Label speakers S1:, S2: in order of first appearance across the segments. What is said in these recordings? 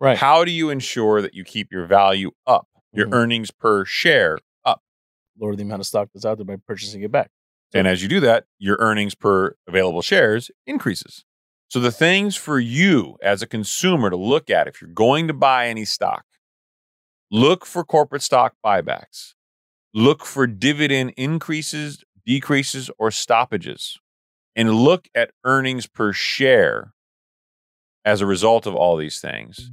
S1: Right.
S2: How do you ensure that you keep your value up, your
S1: Mhm.
S2: earnings per share up?
S1: Lower the amount of stock that's out there by purchasing it back.
S2: And as you do that, your earnings per available shares increases. So the things for you as a consumer to look at if you're going to buy any stock, look for corporate stock buybacks. Look for dividend increases, decreases or stoppages. And look at earnings per share as a result of all these things.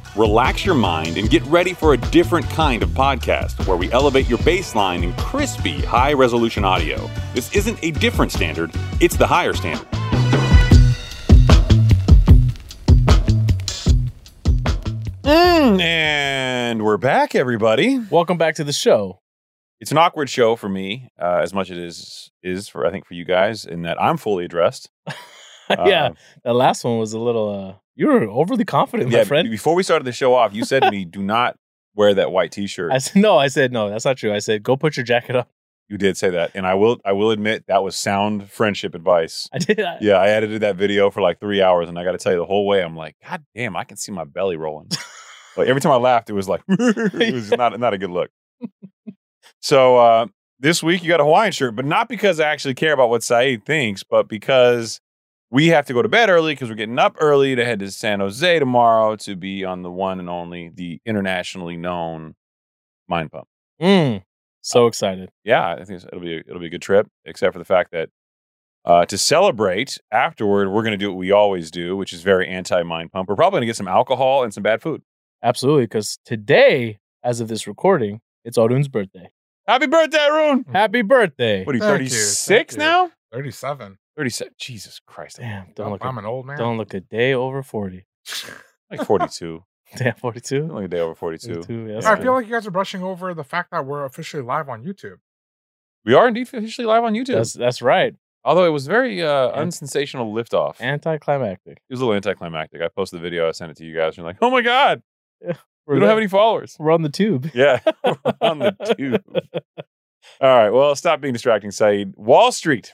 S2: Relax your mind and get ready for a different kind of podcast where we elevate your baseline in crispy, high resolution audio. This isn't a different standard, it's the higher standard. Mm, and we're back, everybody.
S1: Welcome back to the show.
S2: It's an awkward show for me, uh, as much as it is, is for, I think, for you guys, in that I'm fully addressed.
S1: yeah.
S2: Uh,
S1: That last one was a little. uh You were overly confident, my friend.
S2: Before we started the show off, you said to me, do not wear that white t shirt.
S1: I said no. I said no. That's not true. I said go put your jacket on.
S2: You did say that, and I will. I will admit that was sound friendship advice.
S1: I did.
S2: Yeah, I edited that video for like three hours, and I got to tell you, the whole way, I'm like, God damn, I can see my belly rolling. like every time I laughed, it was like, it was not not a good look. so uh, this week you got a Hawaiian shirt, but not because I actually care about what Saeed thinks, but because we have to go to bed early because we're getting up early to head to San Jose tomorrow to be on the one and only, the internationally known Mind Pump.
S1: Mm,
S2: Uh,
S1: so excited.
S2: yeah, I think it's- it'll be a, it'll be a good trip. Except for the fact that uh, to celebrate afterward, we're going to do what we always do, which is very anti mind pump. We're probably going to get some alcohol and some bad food.
S1: Absolutely. Because today, as of this recording, it's Arun's birthday.
S2: Happy birthday, Arun!
S1: Happy birthday.
S2: Hmm. What are you,
S3: Thank you,
S2: thirty
S3: thank
S2: six
S3: you.
S2: now?
S3: 37.
S2: Thirty six? Jesus Christ! I'm
S1: Damn. Don't look.
S3: I'm
S1: A,
S3: an old man.
S1: don't look a day over forty.
S2: like forty two.
S1: Damn, forty-two.
S2: Only a day over forty two.
S1: 42, yeah,
S2: Yeah,
S1: that's
S3: I
S1: good.
S3: feel like you guys are brushing over the fact that we're officially live on YouTube.
S2: We are indeed officially live on YouTube.
S1: that's that's right.
S2: Although it was very uh,
S1: And-
S2: unsensational liftoff. It
S1: Anticlimactic.
S2: was a little anticlimactic. I posted the video. I sent it to you guys. And you're like, oh my god,
S1: We're
S2: we don't
S1: there.
S2: have any followers.
S1: We're on the tube.
S2: Yeah, we're on the tube. All right. Well, stop being distracting, Saeed. Wall Street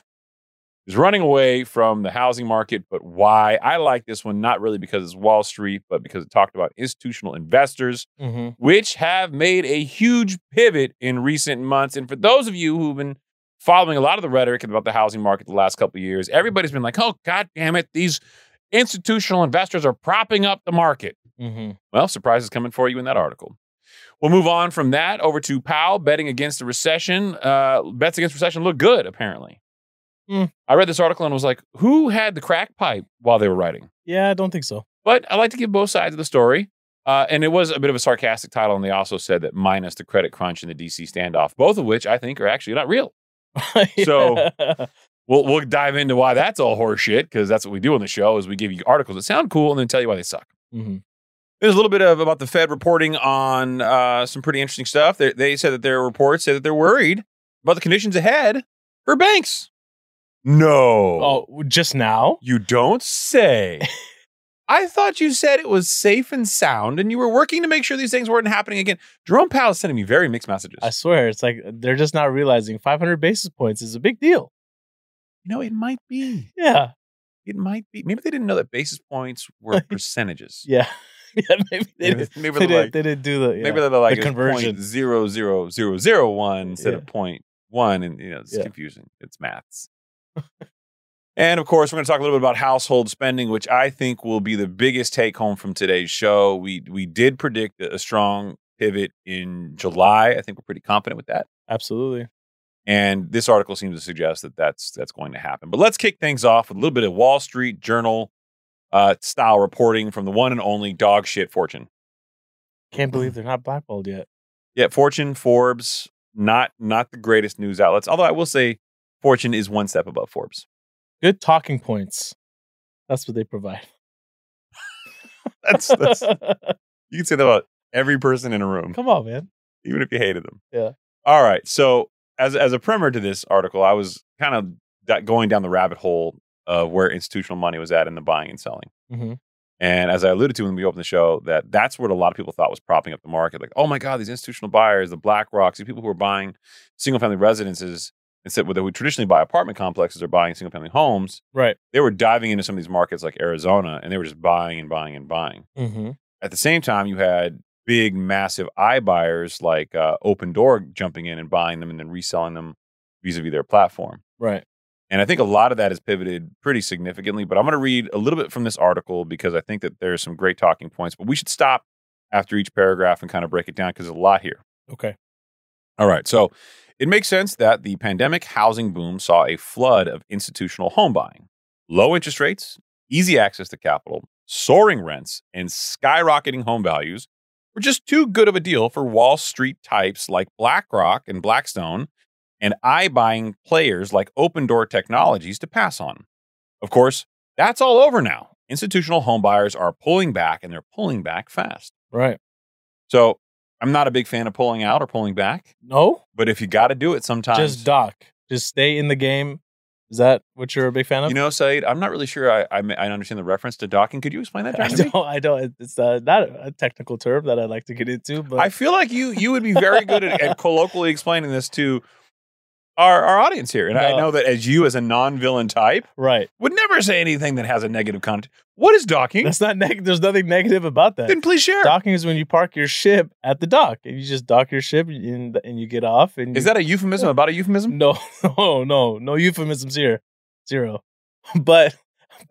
S2: is running away from the housing market, but why? I like this one, not really because it's Wall Street, but because it talked about institutional investors,
S1: Mm-hmm.
S2: which have made a huge pivot in recent months. And for those of you who've been following a lot of the rhetoric about the housing market the last couple of years, everybody's been like, oh, God damn it, these institutional investors are propping up the market.
S1: Mm-hmm.
S2: Well, surprises coming for you in that article. We'll move on from that over to Powell betting against the recession. Uh, bets against recession look good, apparently.
S1: Hmm.
S2: I read this article and was like, who had the crack pipe while they were writing?
S1: Yeah, I don't think so.
S2: But I like to give both sides of the story. Uh, and it was a bit of a sarcastic title. And they also said that minus the credit crunch and the DC standoff, both of which I think are actually not real. So- We'll, we'll dive into why that's all horseshit because that's what we do on the show is we give you articles that sound cool and then tell you why they suck.
S1: Mhm.
S2: There's a little bit of about the Fed reporting on uh, some pretty interesting stuff. They, they said that their reports said that they're worried about the conditions ahead for banks. No,
S1: oh, just now?
S2: you don't say. I thought you said it was safe and sound, and you were working to make sure these things weren't happening again. Jerome Powell is sending me very mixed messages.
S1: I swear, it's like they're just not realizing 500 basis points is a big deal.
S2: you know, it might be.
S1: Yeah,
S2: It might be. Maybe they didn't know that basis points were percentages.
S1: yeah, yeah. Maybe they,
S2: Maybe,
S1: did,
S2: maybe
S1: they,
S2: they're
S1: did,
S2: like,
S1: they didn't do the. Yeah.
S2: Maybe they're like
S1: The
S2: it's
S1: conversion.
S2: point zero zero zero zero one instead of point one, and you know it's
S1: Yeah.
S2: confusing. It's maths. and of course, we're going to talk a little bit about household spending, which I think will be the biggest take home from today's show. We we did predict a strong pivot in July. I think we're pretty confident with that.
S1: Absolutely.
S2: And this article seems to suggest that that's that's going to happen. But let's kick things off with a little bit of Wall Street Journal uh, style reporting from the one and only dog shit Fortune.
S1: Can't
S2: Mm-hmm.
S1: believe they're not blackballed yet.
S2: Yeah, Fortune, Forbes, not not the greatest news outlets. Although I will say, Fortune is one step above Forbes.
S1: Good talking points. That's what they provide.
S2: That's, that's you can say that about every person in a room,
S1: Come on, man.
S2: even if you hated them.
S1: Yeah.
S2: All right. So as as a primer to this article, I was kind of da- going down the rabbit hole of where institutional money was at in the buying and selling.
S1: hmm
S2: And as I alluded to when we opened the show, that that's what a lot of people thought was propping up the market. Like, oh my God, these institutional buyers, the Black Rocks, these people who are buying single family residences instead well, they would traditionally buy apartment complexes or buying single family homes.
S1: Right.
S2: They were diving into some of these markets like Arizona and they were just buying and buying and buying.
S1: hmm
S2: At the same time, you had big, massive eye buyers like uh, Open Door jumping in and buying them and then reselling them vis a vis their platform.
S1: Right.
S2: And I think a lot of that has pivoted pretty significantly. But I'm going to read a little bit from this article because I think that there's some great talking points. But we should stop after each paragraph and kind of break it down because there's a lot here.
S1: Okay.
S2: All right. So it makes sense that the pandemic housing boom saw a flood of institutional home buying. Low interest rates, easy access to capital, soaring rents, and skyrocketing home values were just too good of a deal for Wall Street types like BlackRock and Blackstone and eye buying players like Open Door Technologies to pass on. Of course, that's all over now. Institutional home buyers are pulling back and they're pulling back fast.
S1: Right.
S2: So I'm not a big fan of pulling out or pulling back.
S1: No?
S2: But if you got to do it sometimes,
S1: Just doc. Just stay in the game. Is that what you're a big fan of?
S2: you know, Said, I'm not really sure I, I, I understand the reference to docking. Could you explain that
S1: I
S2: John, to me?
S1: don't. I don't. It's uh, not a technical term that I'd like to get into, but
S2: I feel like you you would be very good at, at colloquially explaining this to our, our audience here. And I
S1: No.
S2: know that as you, as a non villain type,
S1: right.
S2: would never say anything that has a negative content. What is docking?
S1: That's not neg- There's nothing negative about that.
S2: Hmm? then please share.
S1: Docking is when you park your ship at the dock, and you just dock your ship, and, and you get off. And
S2: is
S1: you-
S2: that a euphemism about a euphemism?
S1: no, no, no, no euphemisms here, zero. But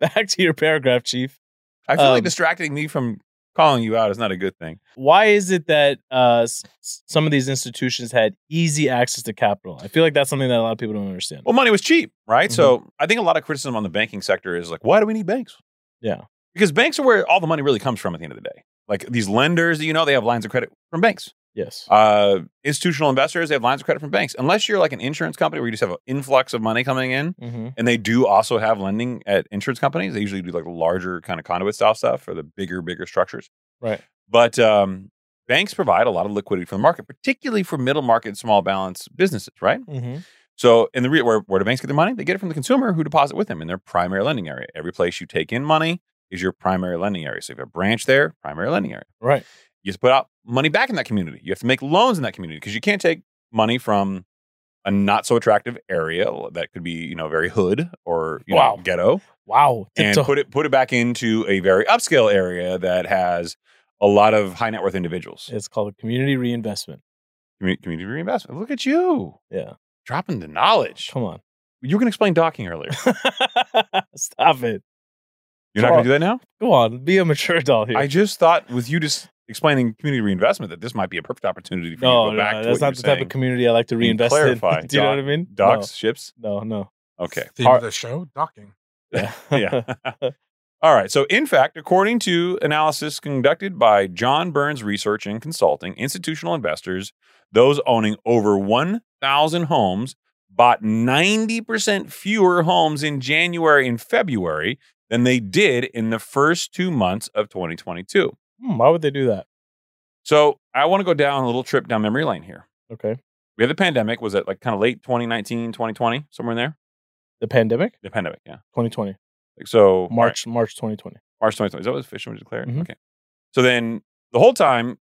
S1: back to your paragraph, Chief.
S2: I feel
S1: Um,
S2: like distracting me from calling you out is not a good thing.
S1: Why is it that uh, s- s- some of these institutions had easy access to capital? I feel like that's something that a lot of people don't understand.
S2: Well, money was cheap, right? So I think a lot of criticism on the banking sector is like, why do we need banks?
S1: Yeah.
S2: Because banks are where all the money really comes from at the end of the day. Like these lenders, that you know, they have lines of credit from banks.
S1: Yes.
S2: Uh, institutional investors, they have lines of credit from banks. Unless you're like an insurance company where you just have an influx of money coming in,
S1: hmm
S2: and they do also have lending at insurance companies. They usually do like larger kind of conduit style stuff for the bigger, bigger structures.
S1: Right.
S2: But um, banks provide a lot of liquidity for the market, particularly for middle market, small balance businesses, right?
S1: hmm
S2: So, in the re- where, where do banks get their money? They get it from the consumer who deposit with them in their primary lending area. Every place you take in money is your primary lending area. So, if you have a branch there, primary lending area.
S1: Right.
S2: You have to put out money back in that community. You have to make loans in that community because you can't take money from a not so attractive area that could be, you know, very hood or you
S1: Wow.
S2: know, ghetto,
S1: Wow.
S2: and
S1: Tiptoe-
S2: put it put it back into a very upscale area that has a lot of high net worth individuals.
S1: it's called a community reinvestment.
S2: Commu- Community reinvestment. Look at you
S1: Yeah.
S2: dropping the knowledge.
S1: Come on.
S2: You were going to explain docking earlier.
S1: Stop it.
S2: You're not
S1: Come
S2: going
S1: on.
S2: to do that now.
S1: Go on, be a mature adult here.
S2: I just thought with you just explaining community reinvestment that this might be a perfect opportunity for
S1: no,
S2: you to go
S1: no,
S2: back to what
S1: that's not the
S2: you're
S1: type of
S2: saying.
S1: community I like to
S2: And
S1: reinvest in.
S2: clarify,
S1: Do you know
S2: doc-
S1: what I mean?
S2: Docs, ships.
S1: No, no.
S2: Okay.
S3: Theme
S1: Har-
S3: of the show, docking.
S1: no.
S2: yeah. All right. So, in fact, according to analysis conducted by John Burns Research and Consulting, institutional investors, those owning over 1,000 homes, bought 90% fewer homes in January and February than they did in the first two months of 2022.
S1: Hmm, why would they do that?
S2: So, I want to go down a little trip down memory lane here.
S1: Okay.
S2: We had the pandemic, was it like kind of late 2019, 2020, somewhere in there?
S1: The pandemic,
S2: The pandemic, yeah.
S1: 2020,
S2: Like, so, all right.
S1: March, March 2020.
S2: March 2020. Is that what officially was declared?
S1: Mhm.
S2: Okay. So then the whole time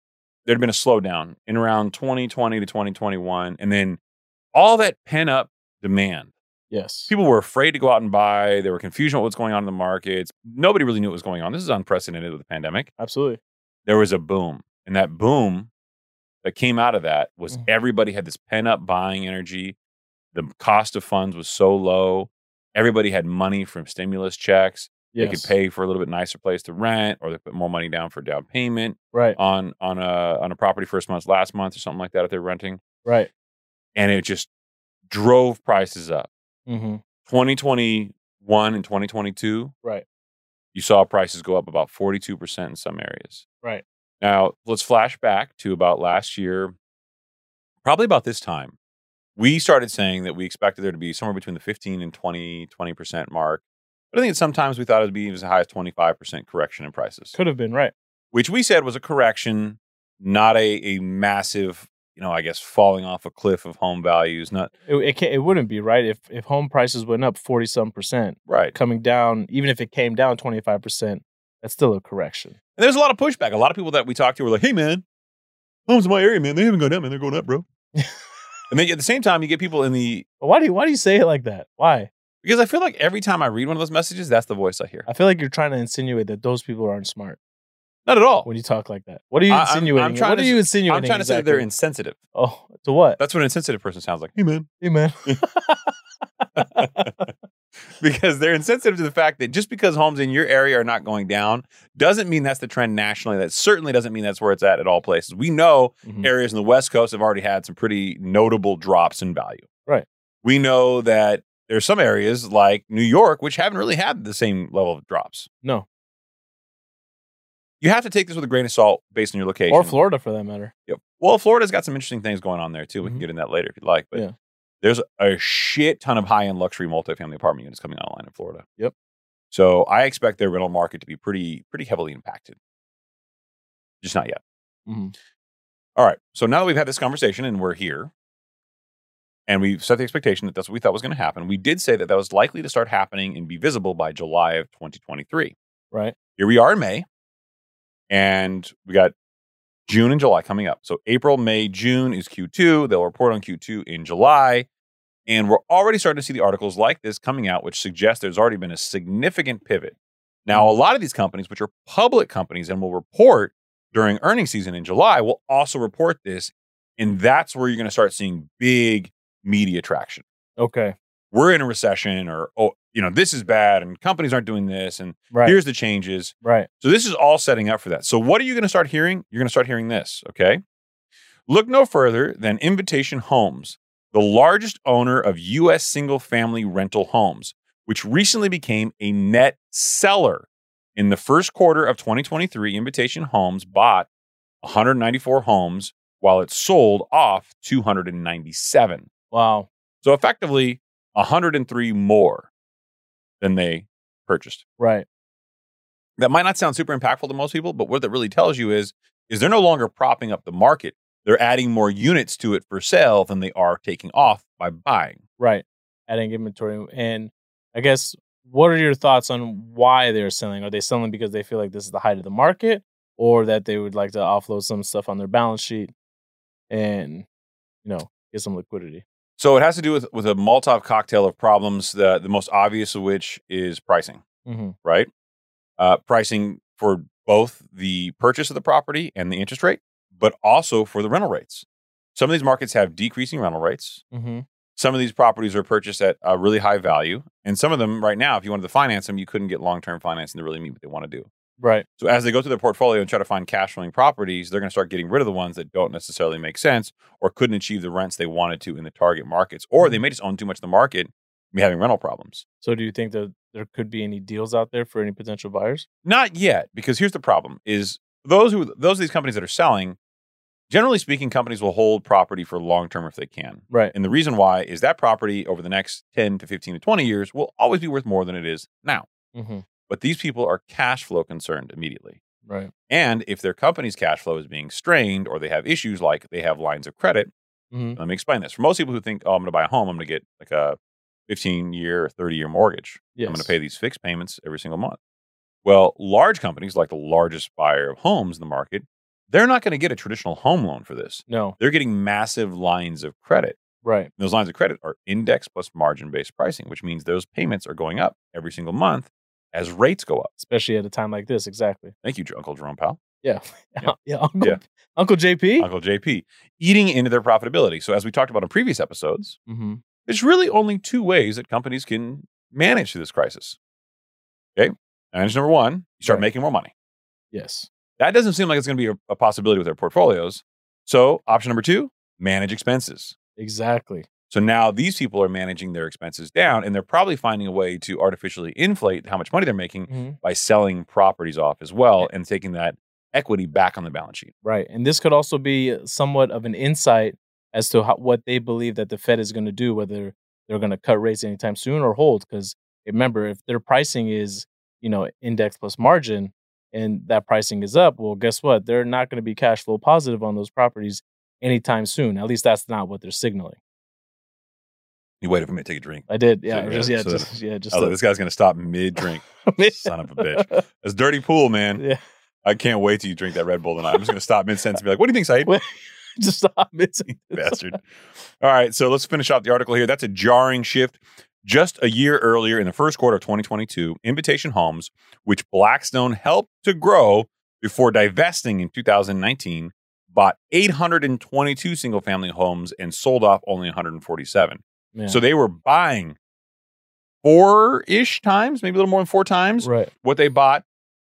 S2: there'd been a slowdown in around 2020 to 2021. And then all that pent up demand.
S1: Yes.
S2: People were afraid to go out and buy. There were confusion about what's going on in the markets. Nobody really knew what was going on. This is unprecedented with the pandemic.
S1: Absolutely.
S2: There was a boom. And that boom that came out of that was
S1: Mhm.
S2: everybody had this pent up buying energy. The cost of funds was so low. Everybody had money from stimulus checks. They could pay for a little bit nicer place to rent, or they put more money down for down payment
S1: Right.
S2: on on a on a property first month, last month, or something like that if they're renting.
S1: Right.
S2: And it just drove prices up.
S1: Mm-hmm.
S2: 2021 and 2022,
S1: Right.
S2: you saw prices go up about 42% in some areas.
S1: Right.
S2: Now, let's flash back to about last year, probably about this time. We started saying that we expected there to be somewhere between the 15 and 20, 20% mark. But I think sometimes we thought it would be as high as 25% correction in prices,
S1: Could have been right.
S2: which we said was a correction, not a, a massive, you know, I guess falling off a cliff of home values. Not
S1: It it, ca- it wouldn't be right if if home prices went up forty some percent,
S2: right.
S1: coming down. Even if it came down twenty five percent, that's still a correction.
S2: And there's a lot of pushback. A lot of people that we talked to were like, hey, man, homes in my area, man, they haven't gone down, man. They're going up, bro. and then at the same time, you get people in the,
S1: But why do you why do you say it like that? Why?
S2: because I feel like every time I read one of those messages, that's the voice I hear.
S1: I feel like you're trying to insinuate that those people aren't smart
S2: Not at all.
S1: when you talk like that. What are you
S2: I- I'm- I'm
S1: insinuating?
S2: trying
S1: what
S2: to
S1: are you insinuating?
S2: I'm trying to say that they're
S1: exactly?
S2: insensitive.
S1: Oh, to what?
S2: That's what an insensitive person sounds like. Hey, man.
S1: Hey man.
S2: Because they're insensitive to the fact that just because homes in your area are not going down doesn't mean that's the trend nationally. That certainly doesn't mean that's where it's at at all places. We know
S1: Mhm.
S2: areas in the West Coast have already had some pretty notable drops in value.
S1: Right.
S2: We know that there's some areas like New York which haven't really had the same level of drops.
S1: No,
S2: You have to take this with a grain of salt based on your location.
S1: or Florida for that matter.
S2: Yep. Well, Florida's got some interesting things going on there too. We can
S1: Mhm.
S2: get in that later if you'd like. But
S1: Yeah.
S2: there's a shit ton of high end luxury multifamily apartment units coming online in Florida.
S1: Yep.
S2: So I expect their rental market to be pretty pretty heavily impacted. Just not yet.
S1: Mhm.
S2: All right. So now that we've had this conversation and we're here, and we've set the expectation that that's what we thought was going to happen, we did say that that was likely to start happening and be visible by July of 2023.
S1: Right.
S2: Here we are in May, and we got June and July coming up. So April, May, June is Q2. They'll report on Q2 in July. And we're already starting to see the articles like this coming out, which suggests there's already been a significant pivot. Now, a lot of these companies, which are public companies and will report during earnings season in July, will also report this. And that's where you're going to start seeing big media traction
S1: Okay.
S2: we're in a recession or oh you know this is bad and companies aren't doing this and
S1: Right.
S2: here's the changes
S1: right.
S2: so this is all setting up for that so what are you going to start hearing you're going to start hearing this okay look no further than invitation homes the largest owner of us single family rental homes which recently became a net seller in the first quarter of 2023 invitation homes bought 194 homes while it sold off 297
S1: Wow.
S2: so effectively, 103 more than they purchased.
S1: Right.
S2: That might not sound super impactful to most people, but what that really tells you is is they're no longer propping up the market. They're adding more units to it for sale than they are taking off by buying.
S1: Right. Adding inventory. And I guess what are your thoughts on why they're selling? Are they selling because they feel like this is the height of the market or that they would like to offload some stuff on their balance sheet and, you know, get some liquidity?
S2: So it has to do with with a Molotov cocktail of problems. The the most obvious of which is pricing,
S1: Mm-hmm.
S2: right? Uh, pricing for both the purchase of the property and the interest rate, but also for the rental rates. Some of these markets have decreasing rental rates.
S1: Mm-hmm.
S2: some of these properties are purchased at a really high value and some of them right now if you wanted to finance them you couldn't get long-term financing to really meet what they want to do
S1: Right.
S2: so as they go through their portfolio and try to find cash flowing properties they're going to start getting rid of the ones that don't necessarily make sense or couldn't achieve the rents they wanted to in the target markets or they may just own too much of the market and be having rental problems
S1: So do you think that there could be any deals out there for any potential buyers?
S2: not yet because here's the problem is those who those of these companies that are selling generally speaking companies will hold property for long term if they can
S1: Right.
S2: And the reason why is that property over the next 10 to 15 to 20 years will always be worth more than it is now.
S1: Mm-hmm.
S2: But these people are cash flow concerned immediately.
S1: Right.
S2: And if their company's cash flow is being strained or they have issues like they have lines of credit,
S1: Mm-hmm.
S2: let me explain this. For most people who think, oh, I'm going to buy a home, I'm going to get like a 15 year or 30 year mortgage,
S1: Yes.
S2: I'm going to pay these fixed payments every single month. Well, large companies like the largest buyer of homes in the market, they're not going to get a traditional home loan for this.
S1: No.
S2: They're getting massive lines of credit.
S1: Right.
S2: And those lines of credit are index plus margin based pricing, which means those payments are going up every single month as rates go up.
S1: Especially at a time like this. Exactly.
S2: Thank you, Uncle Jerome Powell,
S1: Yeah.
S2: Yeah.
S1: Yeah. Uncle,
S2: Yeah.
S1: Uncle JP.
S2: Uncle JP, eating into their profitability. So, as we talked about in previous episodes,
S1: Mm-hmm.
S2: there's really only two ways that companies can manage through this crisis. Okay. Advantage number one, you start
S1: Right.
S2: making more money.
S1: Yes.
S2: That doesn't seem like it's going to be a, a possibility with our portfolios. So option number two, manage expenses.
S1: Exactly.
S2: So now these people are managing their expenses down and they're probably finding a way to artificially inflate how much money they're making
S1: Mhm.
S2: by selling properties off as well and taking that equity back on the balance sheet.
S1: Right. And this could also be somewhat of an insight as to how, what they believe that the Fed is going to do, whether they're going to cut rates anytime soon or hold. Because remember, if their pricing is, you know, index plus margin and that pricing is up, well, guess what? They're not going to be cash flow positive on those properties anytime soon. At least that's not what they're signaling.
S2: You wait for me to take a drink.
S1: I did. Yeah.
S2: So,
S1: just,
S2: yeah,
S1: yeah.
S2: so
S1: just, yeah. Just
S2: I was like, this guy's going to stop mid drink. Son of a bitch. That's dirty pool, man.
S1: yeah.
S2: I can't wait till you drink that Red Bull tonight. I'm just going to stop mid sentence and be like, what do you think, Saeed?
S1: Just stop it.
S2: bastard. All right, so let's finish off the article here. That's a jarring shift. Just a year earlier, in the first quarter of 2022, Invitation Homes, which Blackstone helped to grow before divesting in 2019, bought 822 single family homes and sold off only 147.
S1: Yeah.
S2: So they were buying four ish times, maybe a little more than four times
S1: right.
S2: what they bought,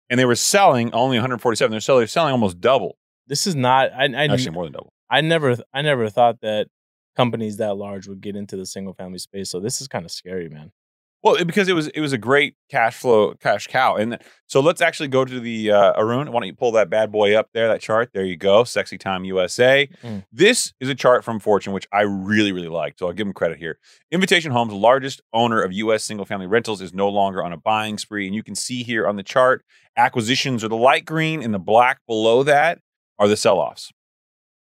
S2: and they were selling only 147. They're selling, they're selling almost double,
S1: This is not. I, I,
S2: actually more than double.
S1: I never I never thought that companies that large would get into the single family space. So this is kind of scary, man.
S2: Well, it- because it was it was a great cash flow cash cow, and th- so let's actually go to the uh, Arun. Why don't you pull that bad boy up there? That chart, there you go. Sexy Time USA.
S1: Mm.
S2: This is a chart from Fortune, which I really really like. So I'll give him credit here. Invitation Homes, largest owner of U.S. single family rentals, is no longer on a buying spree, and you can see here on the chart acquisitions are the light green, and the black below that are the sell offs.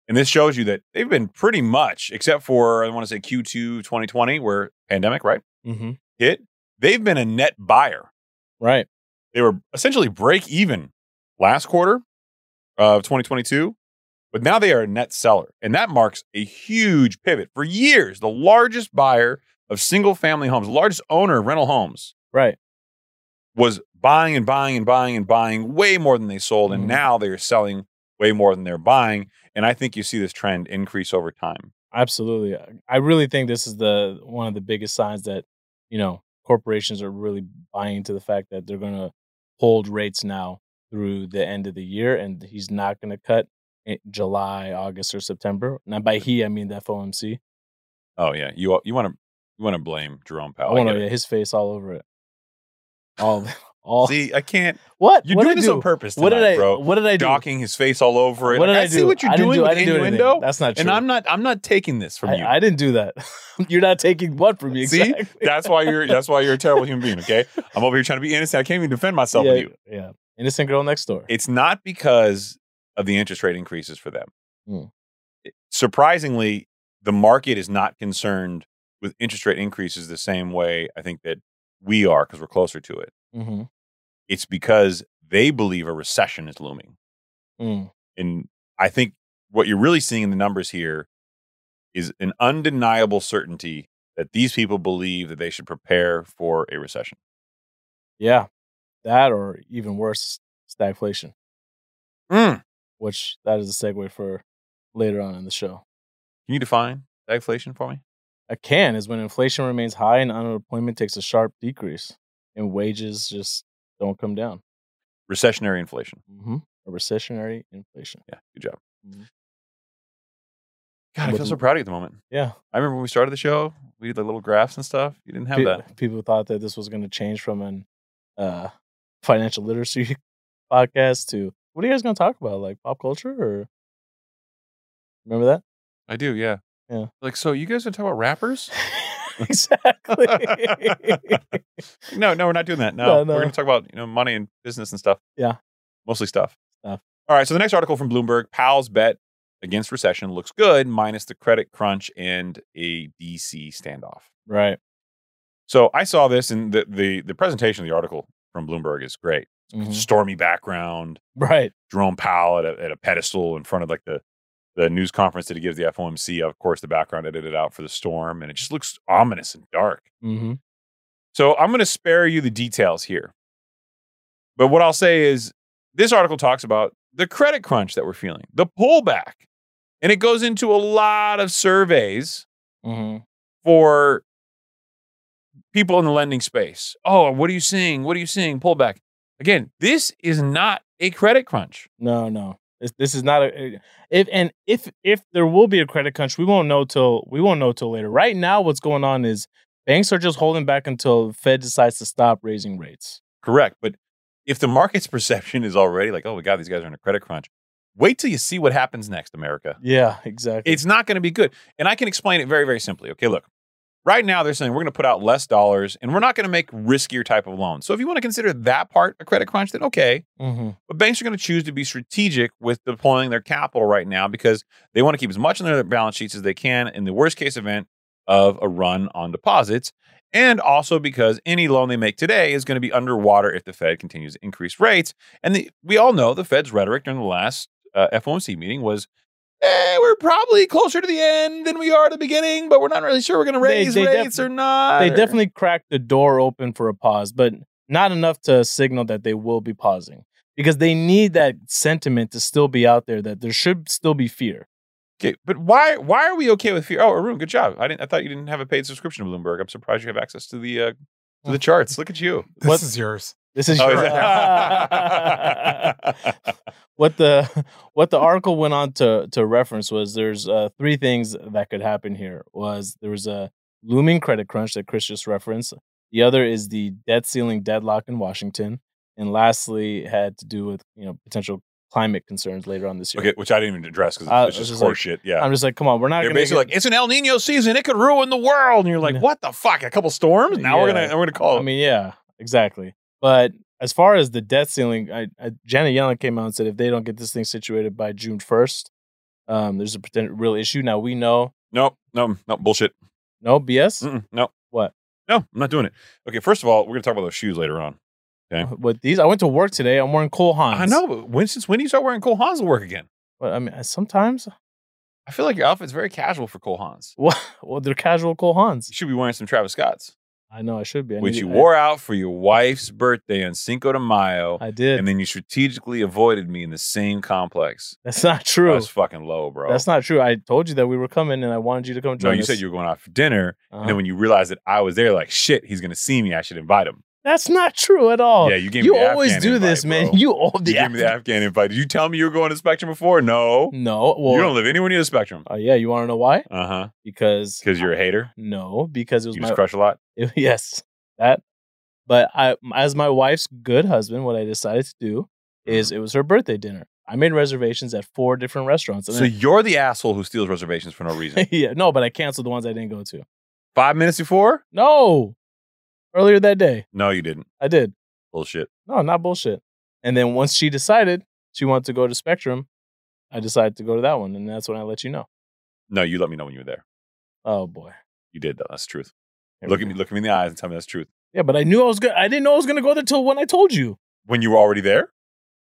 S2: And this shows you that they've been pretty much, except for I want to say Q2 2020, where pandemic, right?
S1: Mm-hmm.
S2: hit, they've been a net buyer.
S1: Right.
S2: They were essentially break even last quarter of 2022, but now they are a net seller. And that marks a huge pivot. For years, the largest buyer of single family homes, largest owner of rental homes,
S1: Right.
S2: was buying and buying and buying and buying way more than they sold. And
S1: Mhm.
S2: now they are selling way more than they're buying. And I think you see this trend increase over time.
S1: Absolutely. uh, I really think this is the one of the biggest signs that, you know, corporations are really buying into the fact that they're going to hold rates now through the end of the year and he's not going to cut in July, August or September. Now by he I mean the FOMC.
S2: Oh, yeah. You, you want to. You want to blame Jerome
S1: I
S2: Powell?
S1: want
S2: get
S1: to
S2: it.
S1: his face all over it. All all
S2: See, I can't.
S1: What?
S2: You're
S1: what
S2: doing
S1: did I
S2: this
S1: do?
S2: on purpose, tonight,
S1: What did I
S2: bro.
S1: what did I do?
S2: Docking his face all over it.
S1: What did
S2: Like,
S1: I,
S2: I
S1: do?
S2: see what you're
S1: I didn't
S2: doing
S1: do, I
S2: with
S1: didn't do anything.
S2: innuendo,
S1: That's not true.
S2: and I'm not. I'm not taking this from
S1: I,
S2: you.
S1: I didn't do that. You're not taking what from me.
S2: See?
S1: Exactly.
S2: that's why you're. That's why you're a terrible human being. Okay, I'm over here trying to be innocent. I can't even defend myself
S1: yeah,
S2: with you.
S1: yeah. Innocent girl next door.
S2: It's not because of the interest rate increases for them.
S1: Hmm.
S2: It- Surprisingly, the market is not concerned with interest rate increases the same way I think that we are because we're closer to it.
S1: mm-hmm.
S2: It's because they believe a recession is looming.
S1: mm.
S2: And I think what you're really seeing in the numbers here is an undeniable certainty that these people believe that they should prepare for a recession.
S1: Yeah, that or even worse, stagflation,
S2: Mm.
S1: which that is a segue for later on in the show.
S2: Can you define stagflation for me?
S1: A can is when inflation remains high and unemployment takes a sharp decrease, and wages just don't come down.
S2: Recessionary inflation.
S1: Mm-hmm. A recessionary inflation.
S2: Yeah, good job.
S1: Mhm.
S2: God, I feel
S1: But-
S2: so proud of you at the moment.
S1: Yeah,
S2: I remember when we started the show, we did the little graphs and stuff. You didn't have
S1: Pe-
S2: that.
S1: People thought that this was going to change from an uh, financial literacy podcast to what are you guys going to talk about? Like pop culture or remember that?
S2: I do, yeah.
S1: Yeah.
S2: Like, so you guys are talking about rappers?
S1: exactly.
S2: No, no, we're not doing that. No,
S1: No, no.
S2: we're going to talk about you know money and business and stuff.
S1: Yeah.
S2: mostly stuff.
S1: Stuff.
S2: All right. So the next article from Bloomberg: Powell's bet against recession looks good, minus the credit crunch and a DC standoff.
S1: right.
S2: So I saw this, and the the, the presentation of the article from Bloomberg is great.
S1: Mhm.
S2: Stormy background,
S1: Right.
S2: Jerome Powell at a, at a pedestal in front of like the the news conference that he gives the FOMC. Of course, the background edited out for the storm, and it just looks ominous and dark.
S1: hmm
S2: So I'm going to spare you the details here. But what I'll say is this article talks about the credit crunch that we're feeling, the pullback. And it goes into a lot of surveys
S1: hmm
S2: for people in the lending space. Oh, what are you seeing? What are you seeing? Pullback. Again, this is not a credit crunch.
S1: No, no. This, this is not a eh, if and if if there will be a credit crunch, we won't know till we won't know till later. Right now, what's going on is banks are just holding back until the Fed decides to stop raising rates.
S2: Correct. But if the market's perception is already like, oh my God, these guys are in a credit crunch, wait till you see what happens next, America.
S1: Yeah, exactly.
S2: It's not going to be good. And I can explain it very, very simply. Okay, look. Right now, they're saying we're going to put out less dollars and we're not going to make riskier type of loans. So if you want to consider that part a credit crunch, then okay.
S1: mm-hmm.
S2: But banks are going to choose to be strategic with deploying their capital right now because they want to keep as much on their balance sheets as they can in the worst case event of a run on deposits. And also because any loan they make today is going to be underwater if the Fed continues to increase rates. And the, we all know the Fed's rhetoric during the last uh, FOMC meeting was, eh, we're probably closer to the end than we are at the beginning, but we're not really sure we're going to
S1: They-
S2: raise
S1: they def-
S2: rates or not.
S1: They
S2: or-
S1: definitely cracked the door open for a pause, but not enough to signal that they will be pausing because they need that sentiment to still be out there that there should still be fear.
S2: Okay, but why why are we okay with fear? Oh, Arun, good job. I didn't. I thought you didn't have a paid subscription to Bloomberg. I'm surprised you have access to the uh, to the charts. Look at you.
S3: This
S1: What-
S3: is yours.
S1: This is
S2: Oh, is
S1: your,
S2: that-
S1: what the what the article went on to to reference was there's uh, three things that could happen here was there was a looming credit crunch that Chris just referenced. The other is the debt ceiling deadlock in Washington, and lastly had to do with you know potential climate concerns later on this year.
S2: okay, which I didn't even address because
S1: Uh,
S2: it's
S1: it's
S2: just
S1: just like-
S2: horseshit. yeah,
S1: I'm just like, come on, we're not
S2: they're
S1: gonna
S2: basically
S1: get-
S2: like it's an El Nino season. It could ruin the world. And you're like,
S1: No.
S2: what the fuck? A couple storms? Now we're
S1: Yeah.
S2: gonna we're gonna call it.
S1: I mean, yeah, exactly. But as far as the debt ceiling, I, I, Janet Yellen came out and said if they don't get this thing situated by June first, um, there's a potential real issue. Now we know,
S2: nope, no, no bullshit.
S1: no BS.
S2: Mm-mm, no,
S1: What?
S2: No, I'm not doing it. Okay, first of all, we're gonna talk about those shoes later on.
S1: With these, I went to work today. I'm wearing Cole Hans.
S2: Mm, I know, but when since when do you start wearing Cole Hans to work again?
S1: But I mean, sometimes,
S2: I feel like your outfit's very casual for Cole Hans.
S1: well, well, they're casual Cole Hans.
S2: You should be wearing some Travis Scotts.
S1: I know I should be. I
S2: which
S1: need-
S2: you
S1: I-
S2: wore out for your wife's birthday on Cinco de Mayo,
S1: I, did.
S2: and then you strategically avoided me in the same complex.
S1: That's not
S2: That
S1: true.
S2: was fucking low, bro.
S1: That's not true. I told you that we were coming, and I wanted you to come
S2: no,
S1: join.
S2: you
S1: us.
S2: said you were going out for dinner,
S1: Uh-huh.
S2: and then when you realized that I was there, like shit, he's gonna see me. I should invite him.
S1: That's not true at all.
S2: yeah, you gave
S1: Oh, you
S2: me. the
S1: always
S2: Afghan
S1: do
S2: invite,
S1: this, man.
S2: bro.
S1: You all
S2: You gave me the Afghan invite. Did you tell me you were going to Spectrum before? No,
S1: No. Well,
S2: you don't live anywhere near the Spectrum.
S1: Uh, yeah, you want to know why?
S2: Uh huh.
S1: Because
S2: Because you're a hater.
S1: no, because it was
S2: You
S1: my
S2: just crush a lot.
S1: yes that. But I, as my wife's good husband, what I decided to do is
S2: Mm-hmm.
S1: it was her birthday dinner. I made reservations at four different restaurants. And
S2: So you're the asshole who steals reservations for no reason.
S1: then, yeah, no, but I canceled the ones I didn't go to.
S2: Five minutes before?
S1: No, earlier that day
S2: No, you didn't.
S1: I did.
S2: Bullshit.
S1: No, not bullshit. And then once she decided she wanted to go to Spectrum, I decided to go to that one, and that's when I let you know.
S2: No, you let me know when you were there.
S1: Oh boy,
S2: You did though. That's the truth.
S1: Here
S2: Look
S1: we
S2: at me,
S1: go.
S2: look at me in the eyes and tell me that's the truth.
S1: Yeah, but I knew I was good. I didn't know I was gonna go there till when I told you.
S2: When you were already there,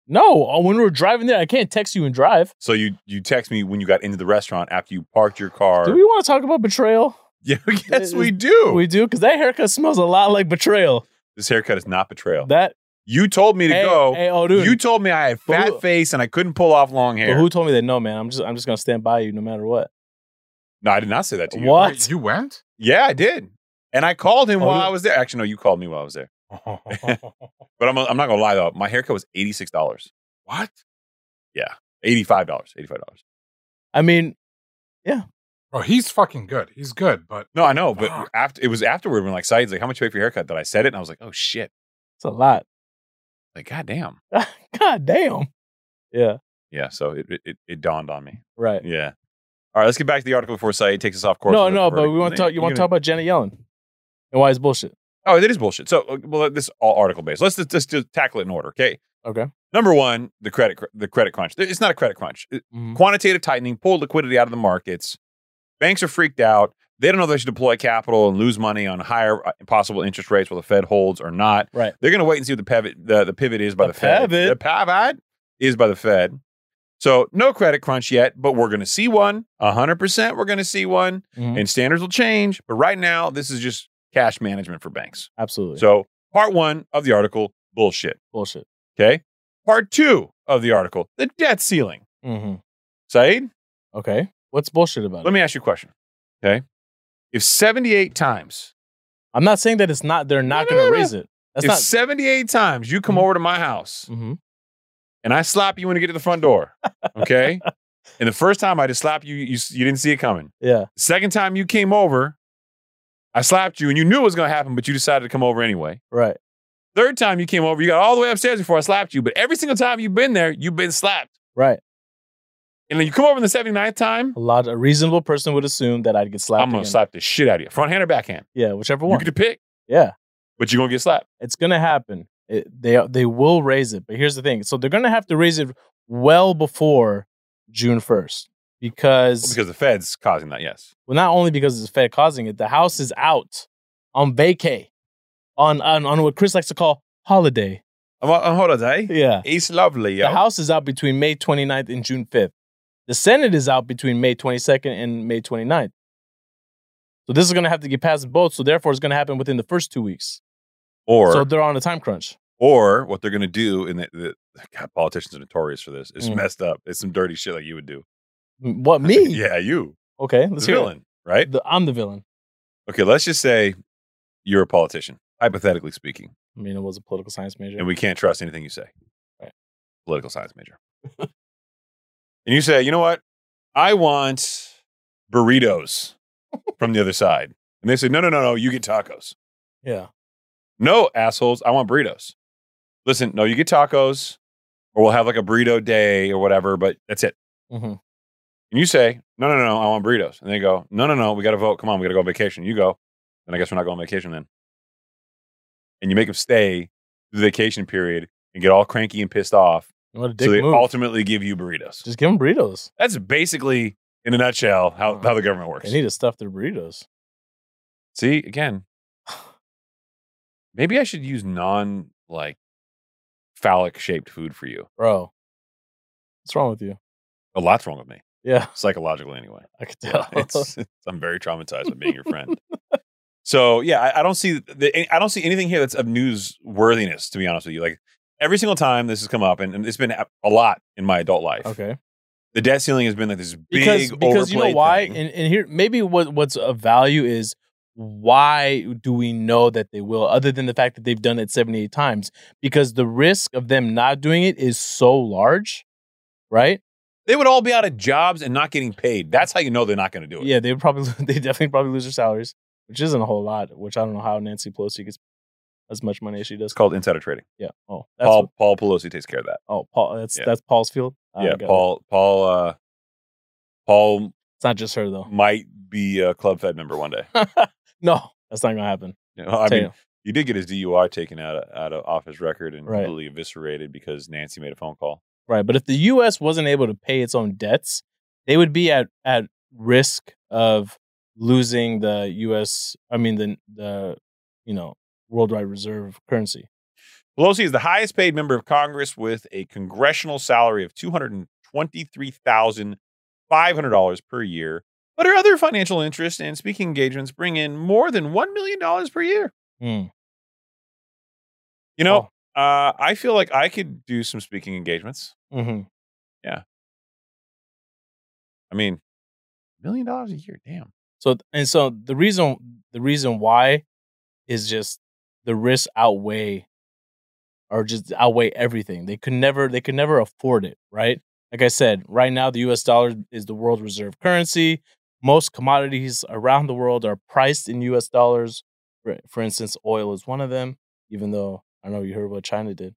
S1: No, uh, when we were driving there, I can't text you and drive.
S2: so you you text me when you got into the restaurant after you parked your car.
S1: Do we want to talk about betrayal?
S2: yeah, yes,
S1: Uh,
S2: we do.
S1: We do, because that haircut smells a lot like betrayal.
S2: this haircut is not betrayal.
S1: That
S2: you told me to
S1: hey,
S2: go.
S1: Hey, oh, dude.
S2: you told me I had
S1: But
S2: fat
S1: who-
S2: face and I couldn't pull off long
S1: but
S2: hair.
S1: who told me that? No, man. I'm just I'm just gonna stand by you no matter what.
S2: no, I did not say that to you.
S1: What?
S3: Wait, you went?
S2: Yeah, I did. And I called him
S1: Oh,
S2: while
S1: who-
S2: I was there. Actually, no, you called me while I was there. But I'm, I'm not gonna lie though. My haircut was eighty six dollars,
S3: what?
S2: eighty five dollars, eighty five dollars.
S1: I mean,
S3: Bro, he's fucking good. He's good, but
S2: No, I know, but
S3: Fuck.
S2: after it was afterward when like Saeed's like, "How much you pay for your haircut?" That I said it, and I was like, "Oh shit!"
S1: it's a lot.
S2: Like, goddamn.
S1: God damn. Yeah.
S2: Yeah, so it it, it, it dawned on me.
S1: Right.
S2: Yeah. All right, let's get back to the article before Saeed takes us off course.
S1: no,
S2: with the
S1: no, but
S2: verdict.
S1: we want to talk. You
S2: You're
S1: want to talk
S2: gonna-
S1: about Janet Yellen and why it's bullshit?
S2: Oh, it is bullshit. So, uh, well, this is all article based. Let's just, just, just tackle it in order, okay?
S1: Okay.
S2: Number one, the credit cr- the credit crunch. It's not a credit crunch. It-
S1: Mhm.
S2: Quantitative tightening pulled liquidity out of the markets. Banks are freaked out. They don't know if they should deploy capital and lose money on higher uh, possible interest rates, whether the Fed holds or not.
S1: Right.
S2: They're going to wait and see what the pivot the, the pivot is by the,
S1: The
S2: Fed.
S1: pivot?
S2: The pivot is by the Fed. So no credit crunch yet, but we're going to see one. hundred percent, we're going to see one,
S1: Mhm.
S2: and standards will change. But right now, this is just cash management for banks.
S1: Absolutely.
S2: So part one of the article, bullshit.
S1: bullshit.
S2: Okay. Part two of the article, the debt ceiling.
S1: hmm
S2: Saeed,
S1: Okay. What's bullshit about
S2: let
S1: it?
S2: me ask you a question. Okay. If seventy eight times
S1: I'm not saying that it's not. They're not
S2: No, no,
S1: gonna
S2: no, no.
S1: raise it. That's
S2: if
S1: not.
S2: 78 times you come
S1: Mhm.
S2: over to my house
S1: Mhm.
S2: and I slap you when you get to the front door, okay? and the first time I just slapped you, you, you didn't see it coming.
S1: Yeah.
S2: The second time you came over, I slapped you and you knew it was going to happen, but you decided to come over anyway.
S1: Right.
S2: Third time you came over, you got all the way upstairs before I slapped you, but every single time you've been there, you've been slapped.
S1: Right.
S2: And then you come over the 79th time,
S1: A lot. A reasonable person would assume that I'd get slapped.
S2: I'm going to
S1: again.
S2: slap the shit out of you. Front hand or backhand?
S1: Yeah. Whichever
S2: You
S1: one.
S2: get to pick,
S1: yeah.
S2: but you're going to get slapped.
S1: It's gonna happen. It, they they will raise it, but here's the thing. So they're gonna have to raise it well before June first because,
S2: Well, because the Fed's causing that, yes.
S1: well, not only because it's the Fed causing it, the House is out on vacay, on on, on what Chris likes to call holiday.
S2: I'm on uh, on holiday.
S1: Yeah,
S2: It's lovely, yo.
S1: the House is out between May 29th and June 5th. The Senate is out between May 22nd and May 29th. So this is gonna have to get passed both. So therefore, it's gonna happen within the first two weeks.
S2: or
S1: so they're on a time crunch.
S2: or what they're going to do, and the, the, God, politicians are notorious for this. It's
S1: Mm.
S2: messed up. It's some dirty shit like you would do.
S1: What me?
S2: yeah, you,
S1: Okay,
S2: the
S1: let's hear it.
S2: villain, right?
S1: The, I'm the villain.
S2: Okay, let's just say you're a politician, hypothetically speaking,
S1: I mean, it was a political science major.
S2: and we can't trust anything you say.
S1: Right.
S2: Political science major, and you say, you know what? I want burritos from the other side, and they say, no, no, no, no, you get tacos.
S1: yeah.
S2: No, assholes, I want burritos. Listen, no, you get tacos, or we'll have like a burrito day or whatever, but that's it.
S1: hmm
S2: And you say, no, no, no, I want burritos. And they go, no, no, no, we got to vote. Come on, we got to go on vacation. You go. And I guess we're not going on vacation then. And you make them stay through the vacation period and get all cranky and pissed off.
S1: What a dick
S2: So they
S1: move.
S2: ultimately give you burritos.
S1: Just give them burritos.
S2: That's basically, in a nutshell, how,
S1: Oh.
S2: how the government works.
S1: They need to stuff their burritos.
S2: See, again, maybe I should use non like phallic shaped food for you.
S1: Bro, what's wrong with you?
S2: A lot's wrong with me,
S1: Yeah,
S2: psychologically, anyway.
S1: I could
S2: Yeah,
S1: tell.
S2: it's, I'm very traumatized by being your friend. So yeah, I, I don't see the, I don't see anything here that's of newsworthiness. To be honest with you, like every single time this has come up, and, and it's been a a lot in my adult life.
S1: okay.
S2: The debt ceiling has been like this big
S1: Because, because you know
S2: overplayed
S1: why?
S2: thing.
S1: And, and here, maybe what, what's of value is why do we know that they will, other than the fact that they've done it 78 times? Because the risk of them not doing it is so large, right?
S2: they would all be out of jobs and not getting paid. That's how you know they're not going to do it.
S1: Yeah, they would probably they definitely probably lose their salaries, which isn't a whole lot. Which I don't know how Nancy Pelosi gets as much money as she does.
S2: It's called insider trading.
S1: Yeah. Oh, that's
S2: Paul Paul
S1: what-
S2: Pelosi takes care of that.
S1: oh Paul. That's
S2: Yeah.
S1: that's Paul's field. I
S2: yeah,
S1: got it.
S2: Paul Paul uh, Paul
S1: It's not just her though.
S2: might be a club fed member one day.
S1: no, that's not gonna happen.
S2: You know, I
S1: Tell
S2: mean,
S1: you.
S2: He did get his DUI taken out of, out of off his record and
S1: Right.
S2: completely eviscerated because Nancy made a phone call.
S1: right. But if the U.S. wasn't able to pay its own debts, they would be at at risk of losing the U.S. I mean the the you know worldwide reserve currency.
S2: Pelosi is the highest paid member of Congress with a congressional salary of two hundred and twenty three thousand five hundred dollars per year, but her other financial interests and speaking engagements bring in more than one million dollars per year.
S1: Hmm.
S2: You know,
S1: Oh.
S2: uh, I feel like I could do some speaking engagements.
S1: Mhm.
S2: I mean, million dollars a year, damn.
S1: So and so the reason the reason why is just the risks outweigh or just outweigh everything. They could never they could never afford it, right? Like I said, right now the US dollar is the world reserve currency. Most commodities around the world are priced in US dollars. For, for instance, oil is one of them, even though I know you heard what China did.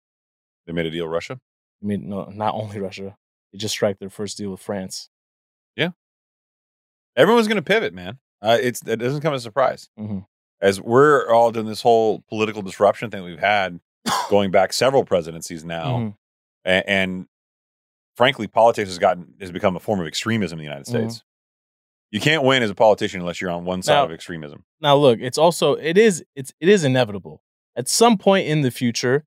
S2: They made a deal, with Russia.
S1: I mean, no, not only Russia. They just strike their first deal with France.
S2: Everyone's going to pivot, man. Uh, it's it doesn't come as a surprise.
S1: Mhm.
S2: As we're all doing this whole political disruption thing we've had going back several presidencies now,
S1: Mhm.
S2: a- and, frankly, politics has gotten has become a form of extremism in the United States. You can't win as a politician unless you're on one side
S1: Now-
S2: of extremism.
S1: now look it's also it is it's it is inevitable at some point in the future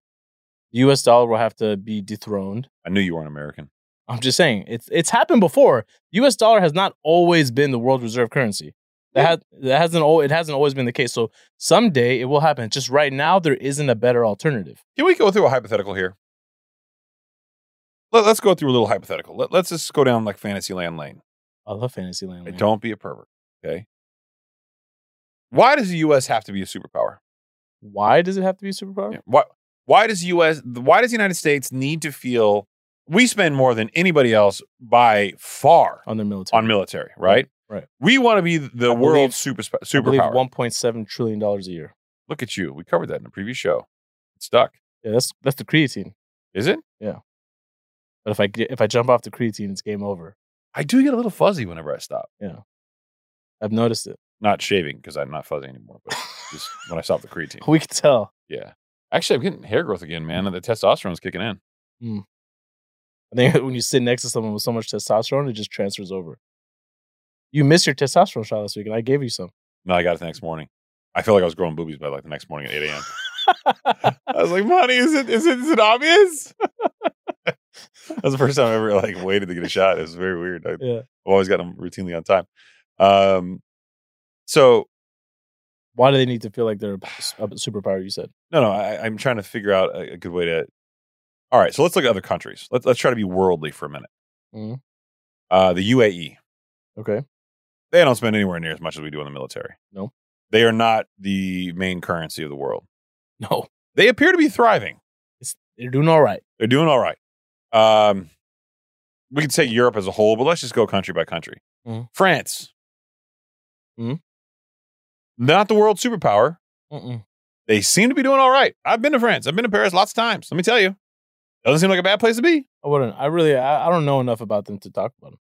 S1: the us dollar will have to be dethroned
S2: I knew you were an American.
S1: i'm just saying it's it's happened before us dollar has not always been the world reserve currency that has that hasn't al- it hasn't always been the case so someday it will happen just right now there isn't a better alternative
S2: Can we go through a hypothetical here? Let, us go through a little hypothetical. Let, us just go down like Fantasyland lane.
S1: i love fantasyland
S2: Hey,
S1: man.
S2: Don't be a pervert, okay? Why does the U.S. have to be a superpower?
S1: why does it have to be a superpower?
S4: Yeah.
S2: Why, why does U.S. Why does the United States need to feel we spend more than anybody else by far
S1: On their military.
S2: on military? Right.
S1: Right.
S2: We want to be the
S1: I believe-
S2: world's super
S1: I believe
S2: superpower.
S1: $1.7 trillion a year.
S2: Look at you. We covered that in a previous show. It's stuck.
S1: Yeah, that's that's the creatine.
S2: Is it?
S1: But if I get, if I jump off the creatine, it's game over.
S2: I do get a little fuzzy whenever I stop.
S1: I've noticed it.
S2: Not shaving because I'm not fuzzy anymore, but just when I stop the creatine.
S1: We can tell.
S2: Yeah. Actually, I'm getting hair growth again, man. And the testosterone's kicking in.
S1: I think when you sit next to someone with so much testosterone, it just transfers over. You missed your testosterone shot this week, and I gave you some.
S2: No, I got it the next morning. I feel like I was growing boobies by like the next morning at 8 a.m. I was like, "Money, is it is it is it obvious?" that was the first time I ever like waited to get a shot. It was very weird. I,
S1: Yeah.
S2: I've always got them routinely on time. Um, so
S1: Why do they need to feel like they're a a superpower? You said
S2: no, no, I, I'm trying to figure out a, a good way to. All right, so let's look at other countries. Let's let's try to be worldly for a minute. Mm-hmm.
S1: Mhm.
S2: Uh, the UAE.
S1: okay.
S2: they don't spend anywhere near as much as we do in the military.
S1: No.
S2: They are not the main currency of the world.
S1: No,
S2: They appear to be thriving.
S1: it's, they're doing all right.
S2: They're doing all right. Um, we could say Europe as a whole, but let's just go country by country.
S1: Mhm.
S2: France.
S1: Mhm.
S2: Not the world superpower.
S1: Mm-mm.
S2: They seem to be doing all right. I've been to France. I've been to Paris lots of times. Let me tell you. Doesn't seem like a bad place to be.
S1: I wouldn't. I really. I, I don't know enough about them to talk about them.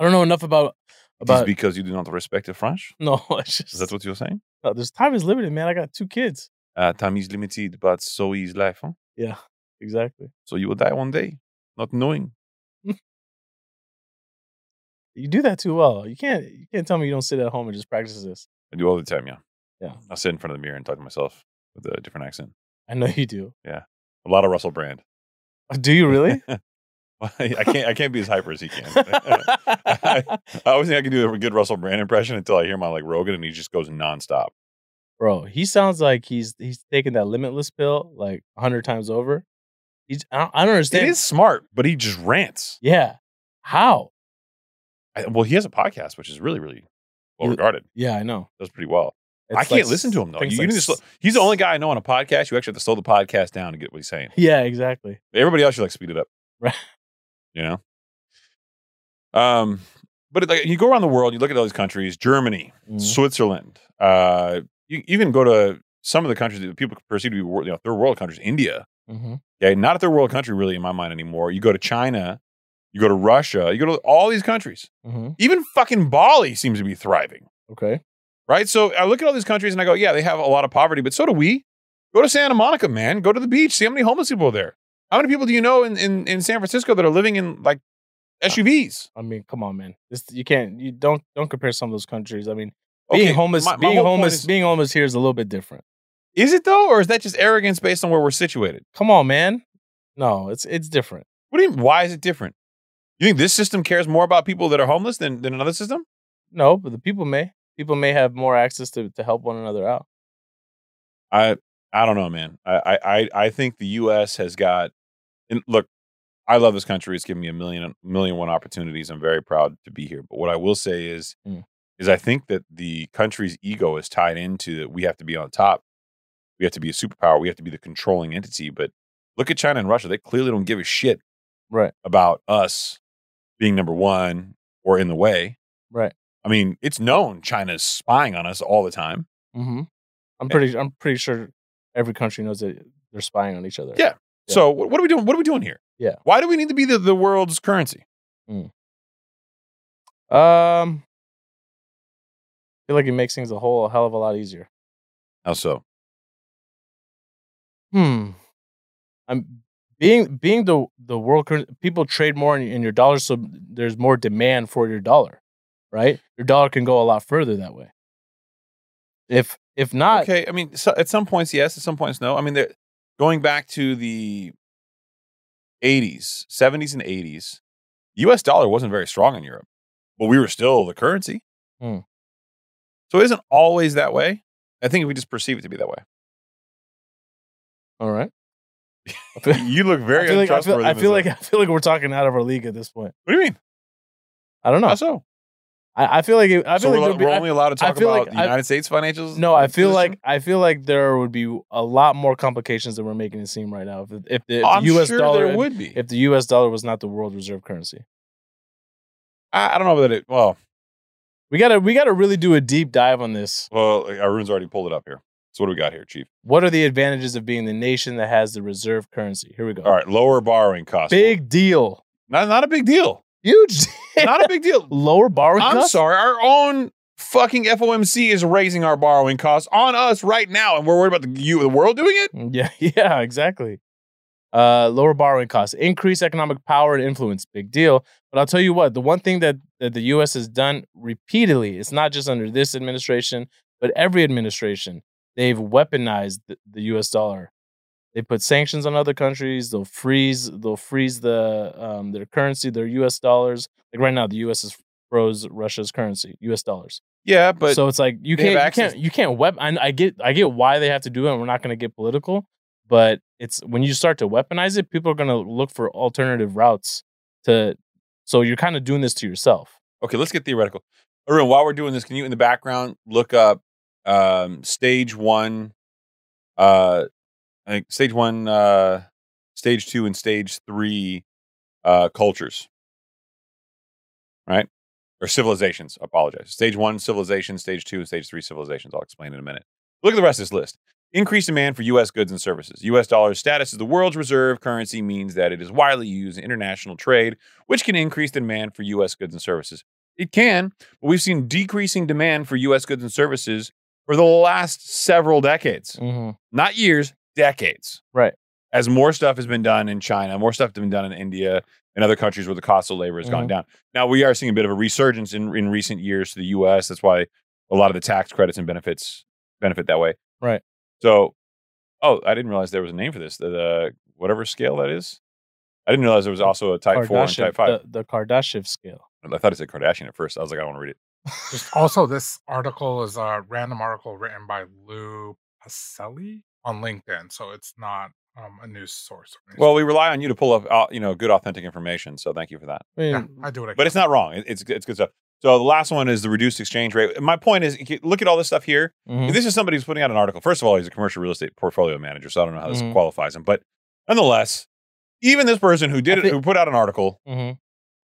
S1: I don't know enough about
S2: It is
S1: about.
S2: because you do not respect the French.
S1: no, it's
S2: Is
S1: just
S2: that what you're saying?
S1: no, this time is limited, man. I got two kids.
S2: Uh, time is limited, but so is life. Huh?
S1: Yeah, exactly.
S2: So you will die one day, not knowing
S1: You do that too well. You can't. You can't tell me you don't sit at home and just practice this.
S2: I do all the time, yeah.
S1: Yeah.
S2: I sit in front of the mirror and talk to myself with a different accent.
S1: I know you do.
S2: A lot of Russell Brand.
S1: Do you really?
S2: I can't. I can't be as hyper as he can. I always think I can do a good Russell Brand impression until I hear my like Rogan, and he just goes nonstop.
S1: Bro, he sounds like he's he's taking that limitless pill like a hundred times over. He's I don't, I don't
S2: It
S1: understand.
S2: is smart, but he just rants.
S1: Yeah. How?
S2: I, well, he has a podcast, which is really, really well
S1: You-
S2: regarded.
S1: Yeah, I know.
S2: Does pretty well.
S1: It's
S2: I can't
S1: like
S2: listen to him though.
S1: things
S2: You,
S1: like
S2: need to slow,
S1: s-
S2: he's the only guy I know on a podcast. You actually have to slow the podcast down to get what he's saying.
S1: Yeah, exactly.
S2: Everybody else, you like speed it up,
S1: Right.
S2: You know. Um, but it, like you go around the world, you look at all these countries: Germany,
S1: Mm.
S2: Switzerland. Uh, you you can go to some of the countries that people perceive to be wor- you know third world countries. India,
S1: Mhm.
S2: okay, not a third world country really in my mind anymore. You go to China, you go to Russia, you go to all these countries.
S1: Mhm.
S2: Even fucking Bali seems to be thriving,
S1: Okay.
S2: right? So I look at all these countries and I go, yeah, they have a lot of poverty, but so do we. Go to Santa Monica, man. Go to the beach. See how many homeless people are there. How many people do you know in, in, in San Francisco that are living in like
S1: Uh,
S2: SUVs?
S1: I mean, come on, man. This you can't you don't don't compare some of those countries. I mean, being homeless
S2: my- my
S1: being
S2: whole point
S1: homeless
S2: is-
S1: being homeless here is a little bit different.
S2: Is it though, or is that just arrogance based on where we're situated?
S1: Come on, man. No, it's it's different.
S2: What do you mean? Why is it different? You think this system cares more about people that are homeless than, than another system?
S1: No, but the people may people may have more access to to help one another out.
S2: I I don't know, man. I I I- I think the U.S. has got. And look, I love this country. It's given me a million million one opportunities. I'm very proud to be here. But what I will say is,
S1: Mm.
S2: is I think that the country's ego is tied into that we have to be on top. We have to be a superpower. We have to be the controlling entity. But look at China and Russia. They clearly don't give a shit
S1: Right.
S2: about us being number one or in the way.
S1: Right.
S2: I mean, it's known China's spying on us all the time.
S1: Mm-hmm. I'm
S2: Eh
S1: pretty. I'm pretty sure every country knows that they're spying on each other.
S2: Yeah. So wh- what are we doing? What are we doing here?
S1: Yeah.
S2: Why do we need to be the, the world's currency?
S1: Um. I feel like it makes things a whole hell of a lot easier.
S2: How so?
S1: Hmm. I'm being being the the world currency. People trade more in, in your dollars, so there's more demand for your dollar, right? Your dollar can go a lot further that way. If if not,
S2: okay. I mean, so at some points, yes. At some points, no. I mean, they're- going back to the 80s, 70s, and 80s, U.S. dollar wasn't very strong in Europe, but we were still the currency.
S1: Hmm.
S2: So it isn't always that way. I think we just perceive it to be that way.
S1: all right. I feel,
S2: You look
S1: I
S2: very
S1: feel like I feel,
S2: untrustworthy.
S1: I feel
S2: Mr.
S1: like I feel like we're talking out of our league at this point.
S2: What do you mean?
S1: I don't know.
S2: How so?
S1: I, I feel like it, I
S2: so
S1: feel
S2: we're,
S1: like
S2: al-
S1: there'd be-
S2: we're
S1: I-
S2: only allowed to
S1: I
S2: talk
S1: feel
S2: about
S1: like
S2: the
S1: I-
S2: United States financials.
S1: no, I feel like
S2: position?
S1: I feel like there would be a lot more complications than we're making it seem right now. If the, if the if
S2: I'm
S1: the U.S.
S2: sure
S1: dollar,
S2: there would be.
S1: if the U.S. dollar was not the world reserve currency,
S2: I, I don't know that it. Well,
S1: we gotta we gotta really do a deep dive on this.
S2: well, Arun's already pulled it up here. So what do we got here, Chief?
S1: What are the advantages of being the nation that has the reserve currency? Here we go.
S2: All right, lower borrowing costs.
S1: big deal,
S2: not not a big deal.
S1: huge, deal.
S2: Not a big deal.
S1: lower borrowing
S2: I'm
S1: costs?
S2: sorry, our own fucking FOMC is raising our borrowing costs on us right now, and we're worried about the you the world doing it.
S1: Mm, Yeah, yeah, exactly. Uh, lower borrowing costs, increase economic power and influence, big deal. But I'll tell you what, the one thing that, that the U.S. has done repeatedly, it's not just under this administration, but every administration, they've weaponized the, the U.S. dollar. They put sanctions on other countries. They'll freeze. They'll freeze the um, their currency, their U.S. dollars. Like right now, the U.S. has froze Russia's currency, U.S. dollars
S2: Yeah, but
S1: so it's like you
S2: they have
S1: can't, you
S2: access-
S1: can't, you can't web. I, I get, I get why they have to do it. and We're not going to get political, but it's when you start to weaponize it, people are going to look for alternative routes to. So you're kind of doing this to yourself.
S2: okay, let's get theoretical. Arun, while we're doing this, can you in the background look up um, stage one, uh, I think stage one, uh, stage two, and stage three uh, cultures, right? Or civilizations. I apologize. Stage one, civilization. Stage two, and stage three, civilizations. I'll explain in a minute. Look at the rest of this list. Increased demand for U.S. goods and services. U.S. dollar's status as the world's reserve currency means that it is widely used in international trade, which can increase demand for U.S. goods and services. It can, but we've seen decreasing demand for U.S. goods and services for the last several decades, not years, decades.
S1: Right.
S2: As more stuff has been done in China, more stuff has been done in India and other countries where the cost of labor has gone
S1: Mhm.
S2: down. Now we are seeing a bit of a resurgence in, in recent years to the U.S. That's why a lot of the tax credits and benefits benefit that way.
S1: Right.
S2: So, oh, I didn't realize there was a name for this. The, the whatever scale that is. I didn't realize there was also a type four and type
S1: Kardashev,
S2: five.
S1: the, the Kardashev scale.
S2: I thought it said Kardashian at first. I was like, I don't want to read it.
S3: Just also, this article is a random article written by Lou Pacelli on LinkedIn, so it's not um, a news source. Or anything.
S2: Well, we rely on you to pull up, uh, you know, good authentic information. So thank you for that.
S1: I mean,
S3: yeah, I do what I.
S2: But it's not wrong. It- It's it's good stuff. So the last one is the reduced exchange rate. My point is, you look at all this stuff here.
S1: mhm.
S2: This is somebody who's putting out an article. First of all, he's a commercial real estate portfolio manager, so I don't know how this
S1: Mhm.
S2: qualifies him. But nonetheless, even this person who did
S1: I
S2: it,
S1: think-
S2: who put out an article,
S1: hmm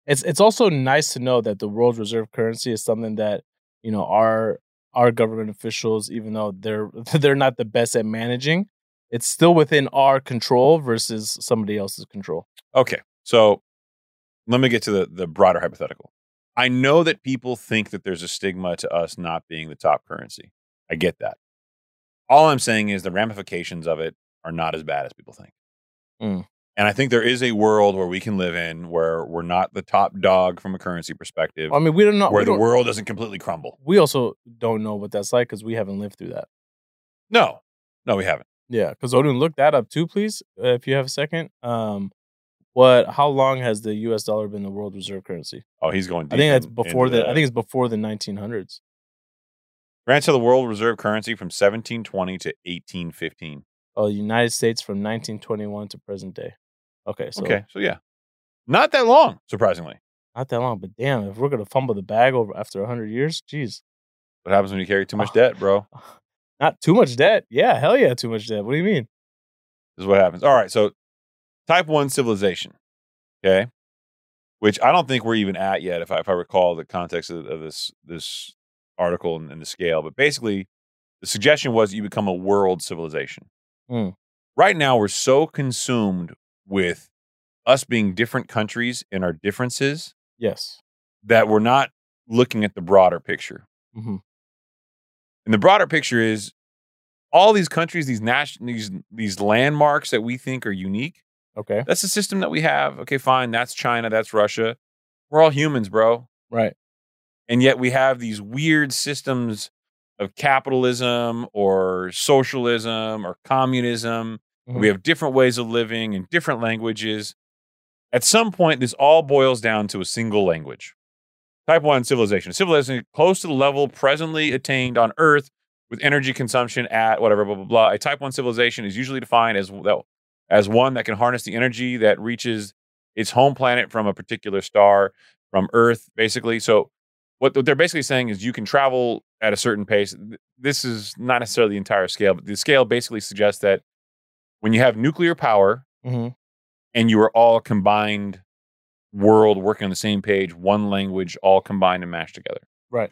S1: It's it's also nice to know that the world reserve currency is something that you know our our government officials, even though they're they're not the best at managing, it's still within our control versus somebody else's control.
S2: Okay. So let me get to the, the broader hypothetical. I know that people think that there's a stigma to us not being the top currency. I get that. All I'm saying is the ramifications of it are not as bad as people think.
S1: Mm.
S2: And I think there is a world where we can live in where we're not the top dog from a currency perspective,
S1: I mean, we don't know.
S2: where
S1: we,
S2: the
S1: don't-
S2: world doesn't completely crumble.
S1: we also don't know what that's like because we haven't lived through that.
S2: No, no, we haven't.
S1: Yeah, because Odin, look that up too, please, uh, if you have a second. Um, what? How long has the U.S. dollar been the world reserve currency?
S2: Oh, he's going. Deep
S1: I think that's
S2: in-
S1: before
S2: into
S1: the. I think it's before the 1900s.
S2: grants to the world reserve currency from 1720 to 1815.
S1: Oh, the United States from 1921 to present day. Okay, so
S2: okay, so yeah, not that long, surprisingly.
S1: not that long, but damn, if we're gonna fumble the bag over after 100 years, jeez,
S2: What happens when you carry too much
S1: Oh.
S2: debt, bro?
S1: not too much debt. Yeah, hell yeah, too much debt. What do you mean?
S2: This is what happens. All right. So, type one civilization, okay, which I don't think we're even at yet, if I, if I recall the context of, of this this article and, and the scale. But basically, the suggestion was you become a world civilization.
S1: Hmm.
S2: Right now, we're so consumed with us being different countries and our differences
S1: Yes.
S2: that we're not looking at the broader picture.
S1: Mhm.
S2: And the broader picture is all these countries, these national, these these landmarks that we think are unique.
S1: Okay.
S2: That's the system that we have. Okay, fine. That's China. That's Russia. We're all humans, bro.
S1: Right.
S2: And yet we have these weird systems of capitalism or socialism or communism.
S1: Mhm.
S2: We have different ways of living and different languages. At some point, this all boils down to a single language. Type one civilization. Civilization close to the level presently attained on Earth with energy consumption at whatever, blah, blah, blah. A type one civilization is usually defined as, as one that can harness the energy that reaches its home planet from a particular star, from Earth, basically. So what they're basically saying is you can travel at a certain pace. Th- This is not necessarily the entire scale, but the scale basically suggests that when you have nuclear power
S1: hmm
S2: and you are all combined world working on the same page, one language, all combined and mashed together.
S1: Right.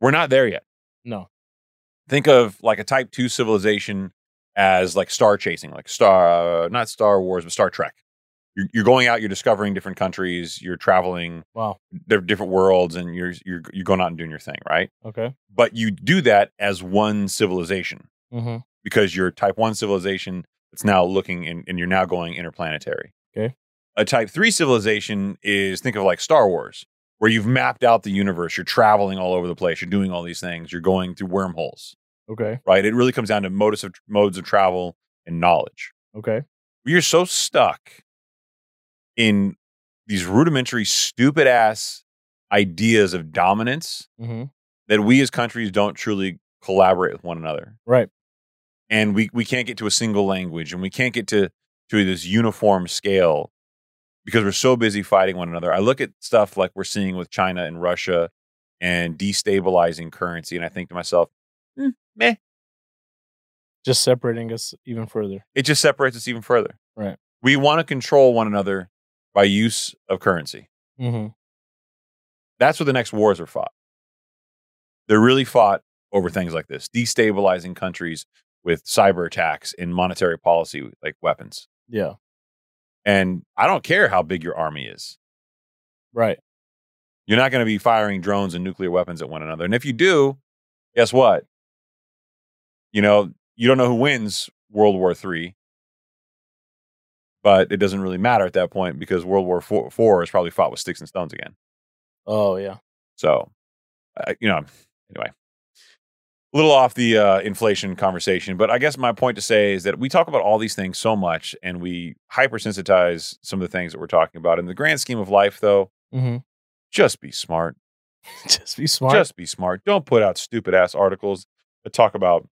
S2: We're not there yet.
S1: No.
S2: Think of like a type 2 civilization as like star chasing, like star uh, not Star Wars, but Star Trek. You're, you're going out, you're discovering different countries, you're traveling
S1: Wow.
S2: they're different worlds and you're you're you're going out and doing your thing, right?
S1: Okay.
S2: But you do that as one civilization
S1: hmm
S2: because you're a type one civilization that's now looking and, and you're now going interplanetary.
S1: Okay.
S2: A type three civilization is think of like Star Wars, where you've mapped out the universe, you're traveling all over the place, you're doing all these things, you're going through wormholes,
S1: Okay.
S2: right? It really comes down to modes of modes of travel and knowledge.
S1: Okay.
S2: We are so stuck in these rudimentary, stupid ass ideas of dominance
S1: hmm
S2: that we as countries don't truly collaborate with one another.
S1: Right.
S2: And we, we can't get to a single language and we can't get to, to this uniform scale because we're so busy fighting one another. I look at stuff like we're seeing with China and Russia and destabilizing currency, and I think to myself, "Hmm, meh,
S1: Just separating us even further.
S2: it just separates us even further.
S1: Right.
S2: We want to control one another by use of currency.
S1: hmm
S2: That's where the next wars are fought. They're really fought over things like this, destabilizing countries with cyber attacks and monetary policy like weapons.
S1: Yeah.
S2: And I don't care how big your army is.
S1: Right.
S2: You're not going to be firing drones and nuclear weapons at one another. And if you do, guess what? You know, you don't know who wins World War III, but it doesn't really matter at that point because World War Four Four is probably fought with sticks and stones again.
S1: Oh yeah.
S2: So, uh, you know, anyway, a little off the uh, inflation conversation, but I guess my point to say is that we talk about all these things so much and we hypersensitize some of the things that we're talking about. In the grand scheme of life, though,
S1: hmm
S2: just be smart.
S1: Just be smart.
S2: Just be smart. Don't put out stupid ass articles that talk about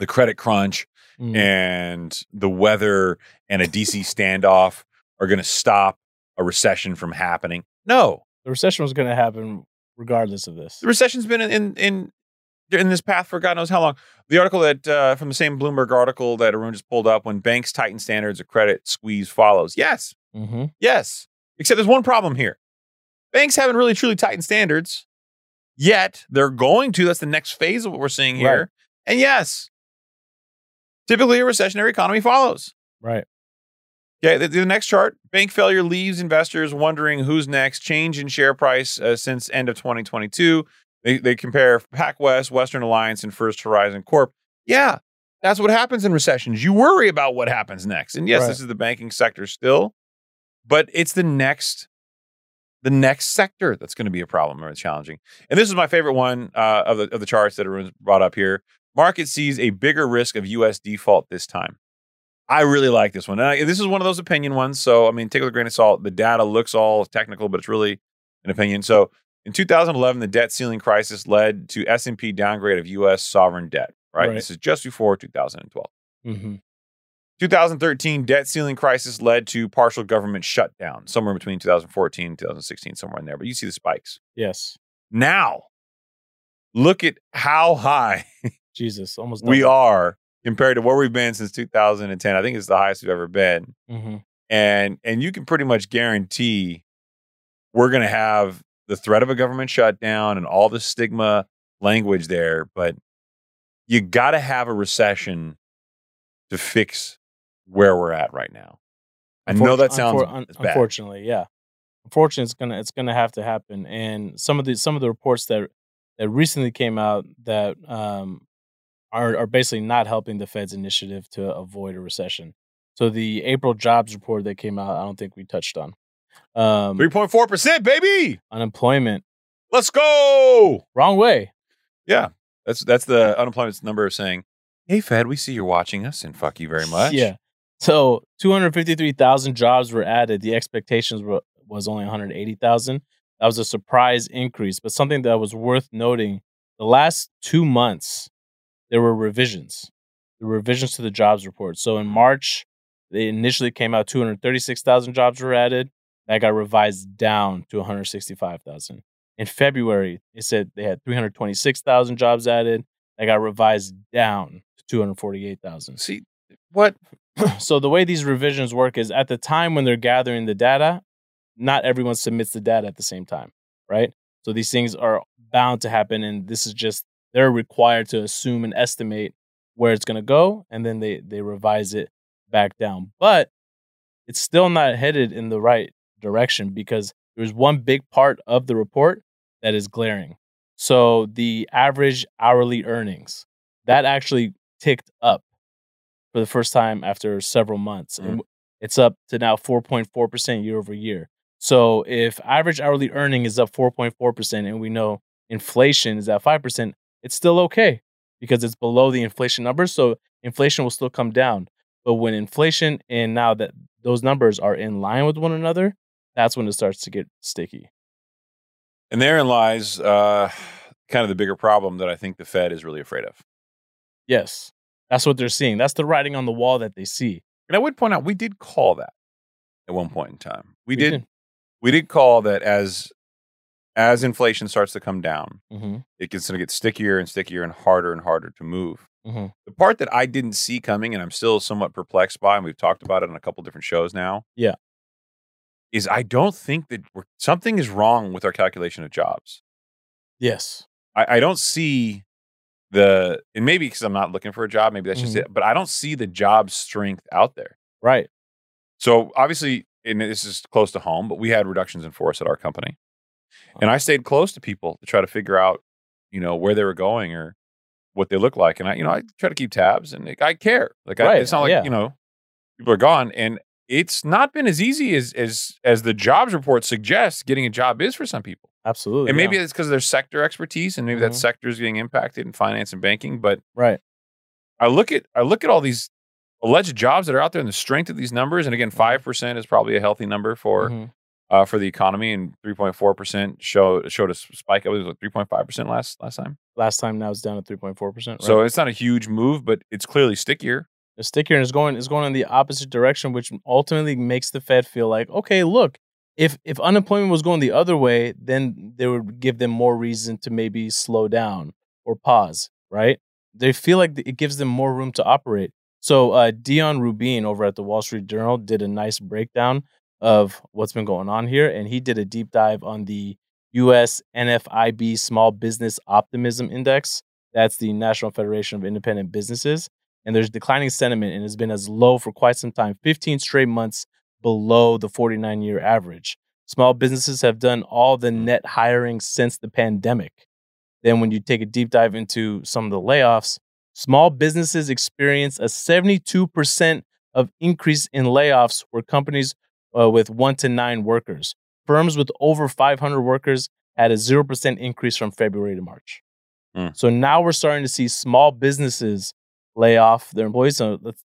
S2: the credit crunch
S1: Mm.
S2: and the weather and a DC standoff are going to stop a recession from happening. No,
S1: the recession was going to happen regardless of this.
S2: the recession's been in in in, in this path for God knows how long. The article that uh, from the same Bloomberg article that Arun just pulled up: when banks tighten standards, a credit squeeze follows. Yes,
S1: hmm
S2: yes. Except there's one problem here: banks haven't really truly tightened standards yet. They're going to. That's the next phase of what we're seeing here.
S1: Right.
S2: And yes, typically a recessionary economy follows.
S1: Right.
S2: Okay, the, the next chart: bank failure leaves investors wondering who's next. Change in share price uh, since end of 2022. They they compare PacWest, Western Alliance, and First Horizon Corp. Yeah, that's what happens in recessions. You worry about what happens next. And yes,
S1: Right.
S2: this is the banking sector still, but it's the next the next sector that's going to be a problem or challenging. And this is my favorite one uh, of the of the charts that everyone's brought up here. Market sees a bigger risk of U.S. default this time. I really like this one. And I, this is one of those opinion ones. So I mean, take it with a grain of salt. The data looks all technical, but it's really an opinion. So in 2011, the debt ceiling crisis led to S&P downgrade of U.S. sovereign debt. right.
S1: Right.
S2: This is just before 2012.
S1: hmm
S2: 2013 debt ceiling crisis led to partial government shutdown somewhere between 2014 and 2016 somewhere in there but you see the spikes
S1: Yes.
S2: now look at how high
S1: Jesus. Almost.
S2: we are compared to where we've been since 2010 i think it's the highest we've ever been
S1: hmm
S2: and and you can pretty much guarantee we're going to have the threat of a government shutdown and all the stigma language there but you got to have a recession to fix where we're at right now i know that sounds it's bad.
S1: unfortunately, yeah. Unfortunately, it's gonna it's gonna have to happen. And some of the some of the reports that that recently came out that um, are are basically not helping the Fed's initiative to avoid a recession. So the April jobs report that came out, I don't think we touched on um,
S2: 3.4% baby
S1: unemployment.
S2: let's go
S1: Wrong way.
S2: that's that's the unemployment number saying hey fed we see you're watching us and fuck you very much
S1: Yeah. So 253,000 jobs were added. The expectations were was only 180,000. That was a surprise increase, but something that was worth noting, the last 2 months there were revisions. The revisions to the jobs report. So in March, they initially came out 236,000 jobs were added. That got revised down to 165,000. in February, it said they had 326,000 jobs added. That got revised down to 248,000.
S2: See what?
S1: So the way these revisions work is at the time when they're gathering the data, not everyone submits the data at the same time, right? So these things are bound to happen, and this is just they're required to assume and estimate where it's going to go, and then they they revise it back down. But it's still not headed in the right direction because there's one big part of the report that is glaring. So the average hourly earnings that actually ticked up for the first time after several months.
S2: Mm-hmm.
S1: And it's up to now 4.4% year over year. So if average hourly earning is up 4.4% and we know inflation is at 5%, it's still okay because it's below the inflation numbers. So inflation will still come down. But when inflation and now that those numbers are in line with one another, that's when it starts to get sticky.
S2: And therein lies uh, kind of the bigger problem that I think the Fed is really afraid of.
S1: Yes. That's what they're seeing. That's the writing on the wall that they see.
S2: And I would point out we did call that at one point in time. We,
S1: We
S2: did,
S1: did.
S2: we did call that as as inflation starts to come down,
S1: Mm-hmm.
S2: it gets to get stickier and stickier and harder and harder to move.
S1: Mhm.
S2: The part that I didn't see coming and I'm still somewhat perplexed by, and we've talked about it on a couple different shows now.
S1: Yeah.
S2: Is I don't think that we're, something is wrong with our calculation of jobs.
S1: Yes.
S2: I, I don't see the, and maybe because I'm not looking for a job, maybe that's just
S1: Mhm.
S2: it, but I don't see the job strength out there.
S1: Right.
S2: So obviously, and this is close to home, but we had reductions in force at our company, and I stayed close to people to try to figure out, you know, where they were going or what they look like, and I, you know, I try to keep tabs, and like, I care. Like, I,
S1: Right,
S2: it's not like
S1: yeah.
S2: you know, people are gone, and it's not been as easy as as as the jobs report suggests getting a job is for some people,
S1: Absolutely.
S2: and
S1: yeah.
S2: maybe it's because of their sector expertise, and maybe that
S1: Mhm.
S2: sector is getting impacted in finance and banking, but
S1: right.
S2: I look at I look at all these alleged jobs that are out there and the strength of these numbers. And
S1: Mm-hmm.
S2: again, five percent is probably a healthy number for
S1: Mhm.
S2: uh, for the economy, and three point four percent showed showed a s- spike. I believe it was like three point five percent last last time.
S1: Last time now it's down to three point four percent.
S2: So it's not a huge move, but it's clearly stickier.
S1: the stickier and it's going it's going in the opposite direction, which ultimately makes the Fed feel like, okay, look, if if unemployment was going the other way, then they would give them more reason to maybe slow down or pause, right? They feel like it gives them more room to operate. So uh, Dion Rubin over at the Wall Street Journal did a nice breakdown of what's been going on here, and he did a deep dive on the U.S. NFIB Small Business Optimism Index. That's the National Federation of Independent Businesses and there's declining sentiment and has been as low for quite some time 15 straight months below the 49 year average small businesses have done all the net hiring since the pandemic then when you take a deep dive into some of the layoffs small businesses experience a 72% of increase in layoffs were companies uh, with 1 to 9 workers firms with over 500 workers had a 0% increase from february to march
S2: Mm.
S1: so now we're starting to see small businesses lay off their employees. So that's,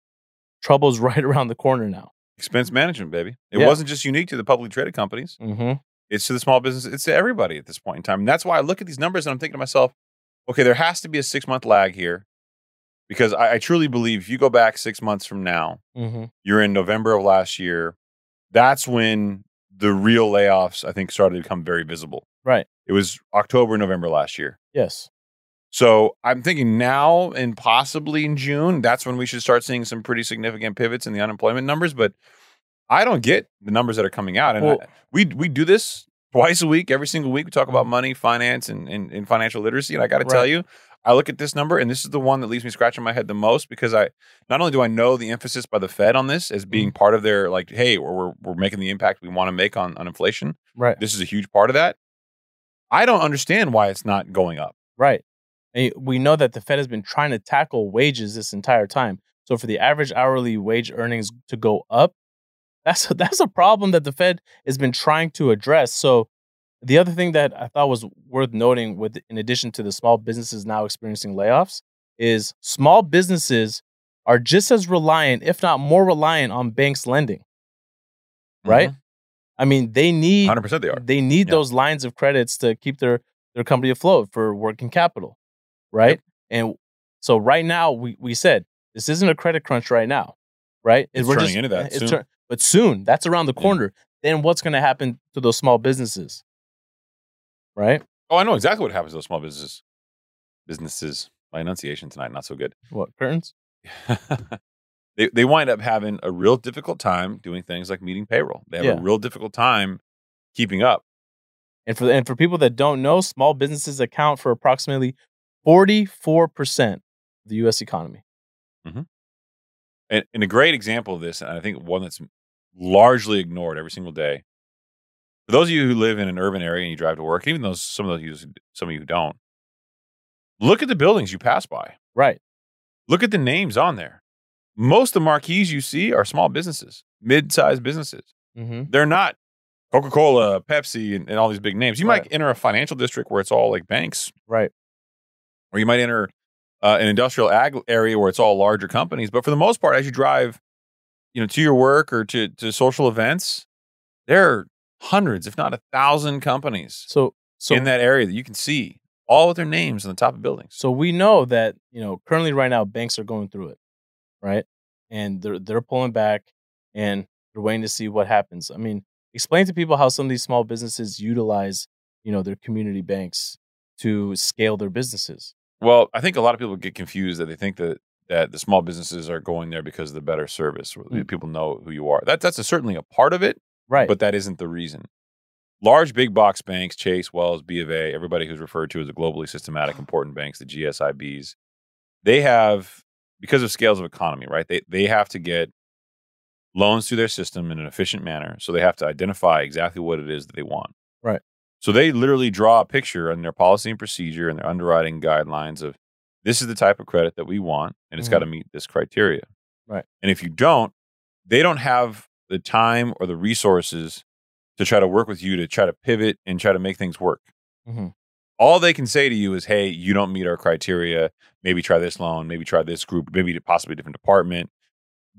S1: trouble's right around the corner now.
S2: Expense management, baby. It
S1: Yeah.
S2: wasn't just unique to the publicly traded companies.
S1: Mm-hmm.
S2: It's to the small business. It's to everybody at this point in time. And that's why I look at these numbers and I'm thinking to myself, okay, there has to be a six month lag here, because I, I truly believe if you go back six months from now,
S1: Mm-hmm.
S2: you're in November of last year. That's when the real layoffs, I think, started to become very visible.
S1: Right.
S2: It was October, November last year.
S1: Yes.
S2: So I'm thinking now and possibly in June, that's when we should start seeing some pretty significant pivots in the unemployment numbers. But I don't get the numbers that are coming out. And I-
S1: Well-
S2: we we do this twice a week, every single week. We talk about money, finance, and, and, and financial literacy. And I got to tell
S1: Right.
S2: you, I look at this number, and this is the one that leaves me scratching my head the most because I not only do I know the emphasis by the Fed on this as being part of their like, hey, we're we're, we're making the impact we want to make on, on inflation.
S1: Right.
S2: This is a huge part of that. I don't understand why it's not going up.
S1: Right. And we know that the Fed has been trying to tackle wages this entire time. So for the average hourly wage earnings to go up, that's a, that's a problem that the Fed has been trying to address. So the other thing that I thought was worth noting with in addition to the small businesses now experiencing layoffs is small businesses are just as reliant if not more reliant on banks lending. Right? I mean, they need
S2: 100 Mm-hmm. percent they are.
S1: They need
S2: Yeah.
S1: those lines of credits to keep their their company afloat for working capital, right? And so right now we we said this isn't a credit crunch right now, right?
S2: It's turning into that soon.
S1: but soon that's around the
S2: Yeah.
S1: corner. Then what's going to happen to those small businesses? right?
S2: Oh, I know exactly what happens to those small businesses. Businesses. My enunciation tonight not so good.
S1: What curtains?
S2: they they wind up having a real difficult time doing things like meeting payroll. They have
S1: Yeah.
S2: a real difficult time keeping up.
S1: And for and for people that don't know, small businesses account for approximately forty four percent of the U.S. economy.
S2: And, and a great example of this, and I think one that's largely ignored every single day. For those of you who live in an urban area and you drive to work, even though some of those you, some of you who don't, look at the buildings you pass by.
S1: Right.
S2: Look at the names on there. Most of the marquees you see are small businesses, mid-sized businesses.
S1: Mm-hmm.
S2: they're not Coca Cola, Pepsi, and, and all these big names. You
S1: Right.
S2: might enter a financial district where it's all like banks,
S1: Right.
S2: or you might enter uh, an industrial ag area where it's all larger companies. But for the most part, as you drive, you know, to your work or to to social events, there are hundreds, if not a thousand, companies
S1: So so
S2: in that area that you can see all with their names on the top of buildings.
S1: So we know that you know currently right now banks are going through it, right? And they're they're pulling back and they're waiting to see what happens. I mean, explain to people how some of these small businesses utilize you know their community banks to scale their businesses.
S2: Well, I think a lot of people get confused that they think that that the small businesses are going there because of the better service.
S1: Mm.
S2: People know who you are. That that's a, certainly a part of it.
S1: Right.
S2: but that isn't the reason. Large big box banks, Chase, Wells, B of A, everybody who's referred to as the globally systematic important banks, the GSIBs, they have because of scales of economy, right? They they have to get loans through their system in an efficient manner, so they have to identify exactly what it is that they want.
S1: Right.
S2: So they literally draw a picture in their policy and procedure and their underwriting guidelines of this is the type of credit that we want, and it's
S1: Mhm.
S2: got to meet this criteria.
S1: Right.
S2: And if you don't, they don't have the time or the resources to try to work with you to try to pivot and try to make things work.
S1: Mhm.
S2: All they can say to you is, hey, you don't meet our criteria. Maybe try this loan, maybe try this group, maybe possibly a different department.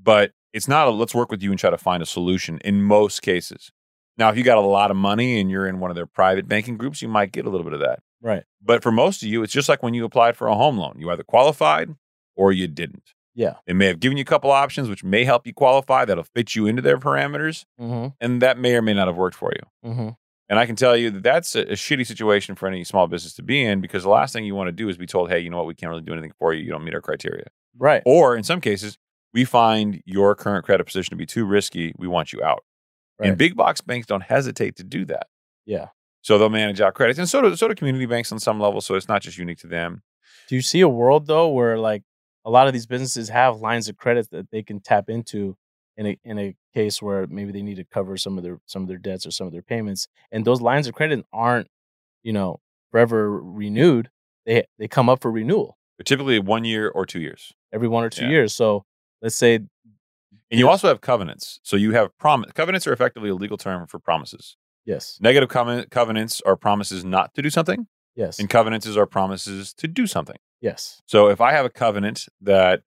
S2: But it's not a let's work with you and try to find a solution in most cases. Now, if you got a lot of money and you're in one of their private banking groups, you might get a little bit of that.
S1: right.
S2: But for most of you, it's just like when you applied for a home loan. You either qualified or you didn't.
S1: Yeah.
S2: They may have given you a couple options, which may help you qualify. That'll fit you into their parameters.
S1: Mm-hmm.
S2: And that may or may not have worked for you.
S1: Mm-hmm.
S2: And I can tell you that that's a, a shitty situation for any small business to be in because the last thing you want to do is be told, hey, you know what? We can't really do anything for you. You don't meet our criteria.
S1: Right.
S2: Or in some cases, we find your current credit position to be too risky. We want you out.
S1: Right.
S2: And big box banks don't hesitate to do that.
S1: Yeah.
S2: So they'll manage out credits. And so do, so do community banks on some level. So it's not just unique to them.
S1: Do you see a world though where like a lot of these businesses have lines of credit that they can tap into in a in a case where maybe they need to cover some of their some of their debts or some of their payments, and those lines of credit aren't you know forever renewed. They they come up for renewal
S2: They're typically one year or two years.
S1: every one or two
S2: Yeah.
S1: years. So let's say
S2: And you also have covenants. So you have promise. Covenants are effectively a legal term for promises.
S1: yes,
S2: Negative covenant- covenants are promises not to do something,
S1: yes,
S2: and covenants are promises to do something.
S1: yes,
S2: So if I have a covenant that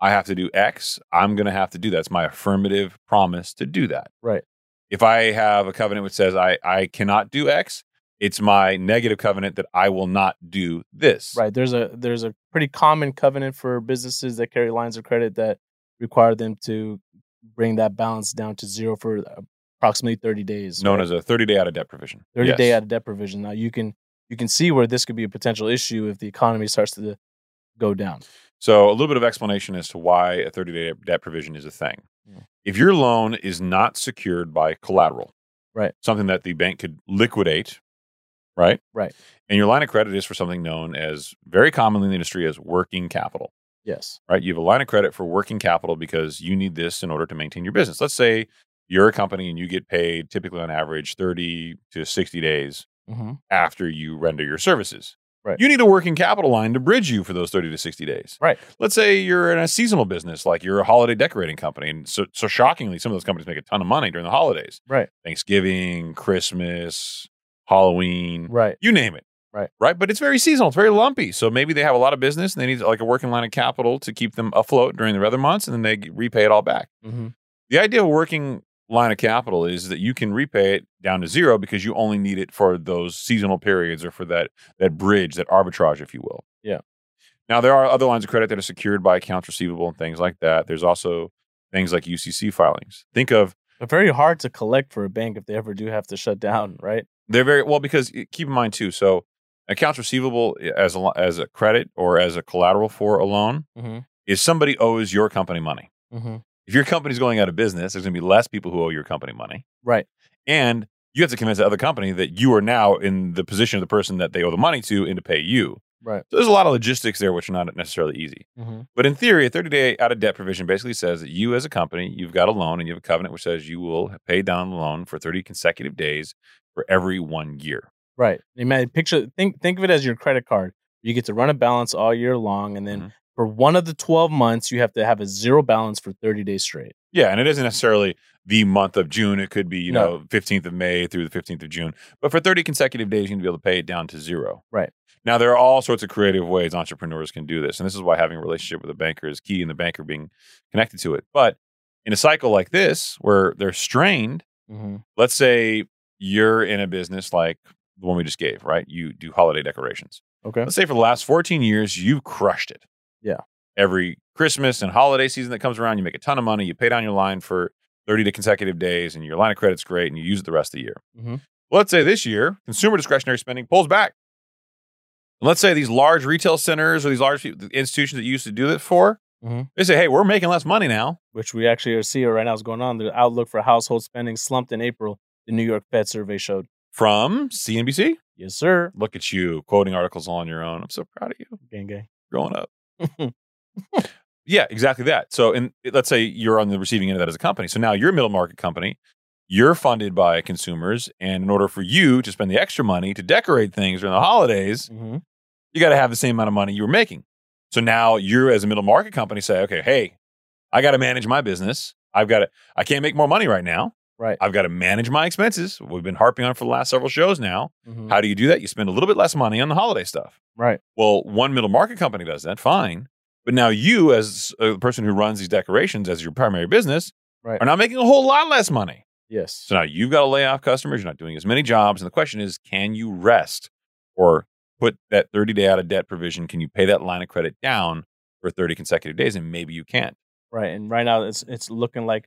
S2: I have to do X, I'm going to have to do that. It's my affirmative promise to do that.
S1: Right.
S2: If I have a covenant which says I, I cannot do X, it's my negative covenant that I will not do this.
S1: right. There's a there's a pretty common covenant for businesses that carry lines of credit that require them to bring that balance down to zero for approximately thirty days.
S2: It's known
S1: right?
S2: as a 30 day out of debt provision.
S1: 30
S2: Yes.
S1: day out of debt provision. Now you can you can see where this could be a potential issue if the economy starts to go down.
S2: So, a little bit of explanation as to why a 30 day debt provision is a thing.
S1: Yeah.
S2: If your loan is not secured by collateral,
S1: Right.
S2: something that the bank could liquidate, right?
S1: Right.
S2: And your line of credit is for something known as very commonly in the industry as working capital,
S1: Yes.
S2: right? You have a line of credit for working capital because you need this in order to maintain your business. Let's say you're a company and you get paid typically on average 30 to 60 days
S1: Mm-hmm.
S2: after you render your services.
S1: Right.
S2: You need a working capital line to bridge you for those 30 to 60 days.
S1: Right.
S2: Let's say you're in a seasonal business, like you're a holiday decorating company. And so, so shockingly, some of those companies make a ton of money during the holidays.
S1: Right.
S2: Thanksgiving, Christmas, Halloween,
S1: Right.
S2: you name it.
S1: Right.
S2: Right. But it's very seasonal, it's very lumpy. So maybe they have a lot of business and they need like a working line of capital to keep them afloat during the other months and then they repay it all back.
S1: Mm-hmm.
S2: The idea of a working line of capital is that you can repay it down to zero because you only need it for those seasonal periods or for that that bridge, that arbitrage, if you will.
S1: Yeah.
S2: Now there are other lines of credit that are secured by accounts receivable and things like that. There's also things like UCC filings. Think of
S1: But very hard to collect for a bank if they ever do have to shut down, right?
S2: They're very well because eh, keep in mind too. So accounts receivable eh, as a, lo- as a credit or as a collateral for a loan
S1: Mm-hmm.
S2: is somebody owes your company money.
S1: Mm-hmm.
S2: If your company's going out of business, there's going to be less people who owe your company money,
S1: Right.
S2: and you have to convince the other company that you are now in the position of the person that they owe the money to and to pay you.
S1: Right.
S2: So there's a lot of logistics there which are not necessarily easy.
S1: Mm-hmm.
S2: But in theory, a 30 day out of debt provision basically says that you, as a company, you've got a loan and you have a covenant which says you will pay down the loan for 30 consecutive days for every one year.
S1: Right. Imagine picture think think of it as your credit card. You get to run a balance all year long, and then
S2: Mhm.
S1: for one of the twelve months, you have to have a zero balance for thirty days straight.
S2: Yeah, and it isn't necessarily the month of June. It could be, you
S1: No.
S2: know, 15th of May through the 15th of June. But for 30 consecutive days, you need to be able to pay it down to zero.
S1: Right.
S2: Now, there are all sorts of creative ways entrepreneurs can do this. And this is why having a relationship with a banker is key and the banker being connected to it. But in a cycle like this, where they're strained,
S1: Mm-hmm.
S2: let's say you're in a business like the one we just gave, right? You do holiday decorations.
S1: Okay.
S2: Let's say for the last 14 years, you've crushed it.
S1: Yeah.
S2: Every Christmas and holiday season that comes around, you make a ton of money, you pay down your line for 30 to consecutive days, and your line of credit's great, and you use it the rest of the year.
S1: Mhm.
S2: Let's say this year, consumer discretionary spending pulls back. And let's say these large retail centers or these large pe- institutions that you used to do that for,
S1: Mhm.
S2: they say, hey, we're making less money now.
S1: Which we actually are seeing right now is going on. The outlook for household spending slumped in April. The New York Fed survey showed.
S2: From CNBC.
S1: Yes, sir.
S2: Look at you quoting articles all on your own. I'm so proud of you.
S1: Gang gang.
S2: growing up. yeah, exactly that. So, and let's say you're on the receiving end of that as a company. So now you're a middle market company. You're funded by consumers, and in order for you to spend the extra money to decorate things during the holidays,
S1: Mm-hmm.
S2: you got to have the same amount of money you were making. So now you're as a middle market company say, okay, hey, I got to manage my business. I've got to. I can't make more money right now.
S1: Right.
S2: I've got to manage my expenses. We've been harping on it for the last several shows now.
S1: Mm-hmm.
S2: How do you do that? You spend a little bit less money on the holiday stuff.
S1: Right.
S2: Well, one middle market company does that, fine. But now you, as uh, the person who runs these decorations as your primary business,
S1: Right.
S2: are now making a whole lot less money.
S1: Yes.
S2: So now you've got to lay off customers. You're not doing as many jobs. And the question is, can you rest or put that 30 day out of debt provision? Can you pay that line of credit down for 30 consecutive days? And maybe you can't.
S1: Right. And right now it's it's looking like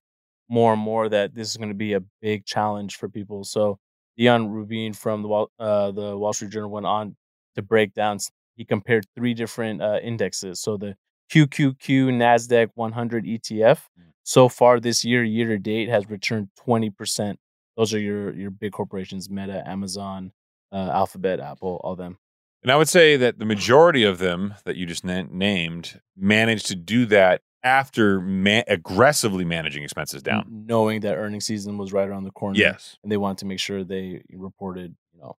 S1: more and more that this is going to be a big challenge for people. So Dion Rubin from the Wall, uh, the Wall Street Journal went on to break down. s- He compared three different uh, indexes. So the QQQ Nasdaq 100 ETF so far this year, year to date, has returned 20 percent. Those are your your big corporations: Meta, Amazon, uh, Alphabet, Apple, all them.
S2: And I would say that the majority of them that you just na- named managed to do that after ma- aggressively managing expenses down.
S1: knowing that earnings season was right around the corner.
S2: Yes.
S1: and they wanted to make sure they reported, you know,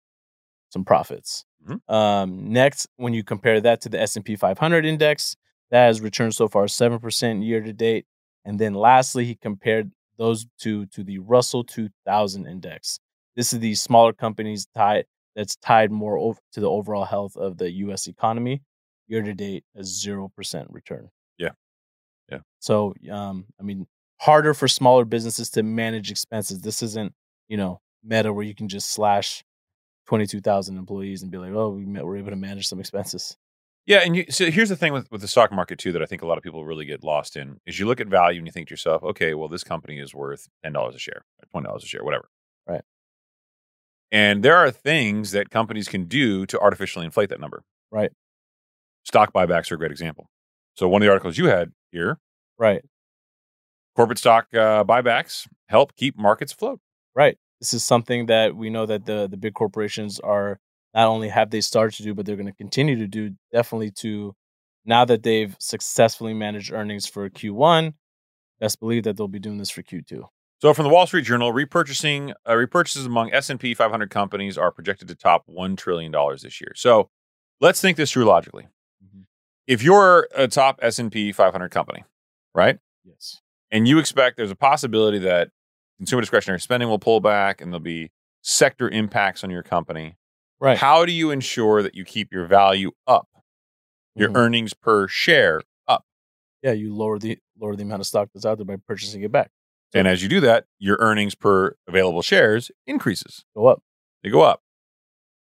S1: some profits.
S2: Mhm.
S1: Um, next, when you compare that to the S and P 500 index, that has returned so far seven percent year to date. And then lastly, he compared those two to the Russell 2000 index. This is the smaller companies tied that's tied more over to the overall health of the U.S. economy. Year to date, a zero percent return.
S2: Yeah. Yeah.
S1: So, um, I mean, harder for smaller businesses to manage expenses. This isn't you know meta where you can just slash 22,000 employees and be like, oh, we met, we're able to manage some expenses.
S2: Yeah, and you, so here's the thing with, with the stock market too that I think a lot of people really get lost in is you look at value and you think to yourself, okay, well this company is worth ten dollars a share, or twenty dollars a share, whatever.
S1: Right.
S2: And there are things that companies can do to artificially inflate that number.
S1: Right.
S2: Stock buybacks are a great example. So one of the articles you had here,
S1: Right,
S2: corporate stock uh, buybacks help keep markets afloat.
S1: right. This is something that we know that the the big corporations are not only have they started to do, but they're going to continue to do. Definitely to now that they've successfully managed earnings for Q1, best believe that they'll be doing this for Q2.
S2: So, from the Wall Street Journal, repurchasing uh, repurchases among S and P 500 companies are projected to top one trillion dollars this year. So, let's think this through logically.
S1: Mhm.
S2: If you're a top S and P 500 company, right,
S1: Yes.
S2: and you expect there's a possibility that consumer discretionary spending will pull back and there'll be sector impacts on your company,
S1: Right.
S2: how do you ensure that you keep your value up, your
S1: Mhm.
S2: earnings per share up?
S1: yeah, you lower the lower the amount of stock that's out there by purchasing it back. So-
S2: And as you do that, your earnings per available shares increases.
S1: Go up.
S2: they go up.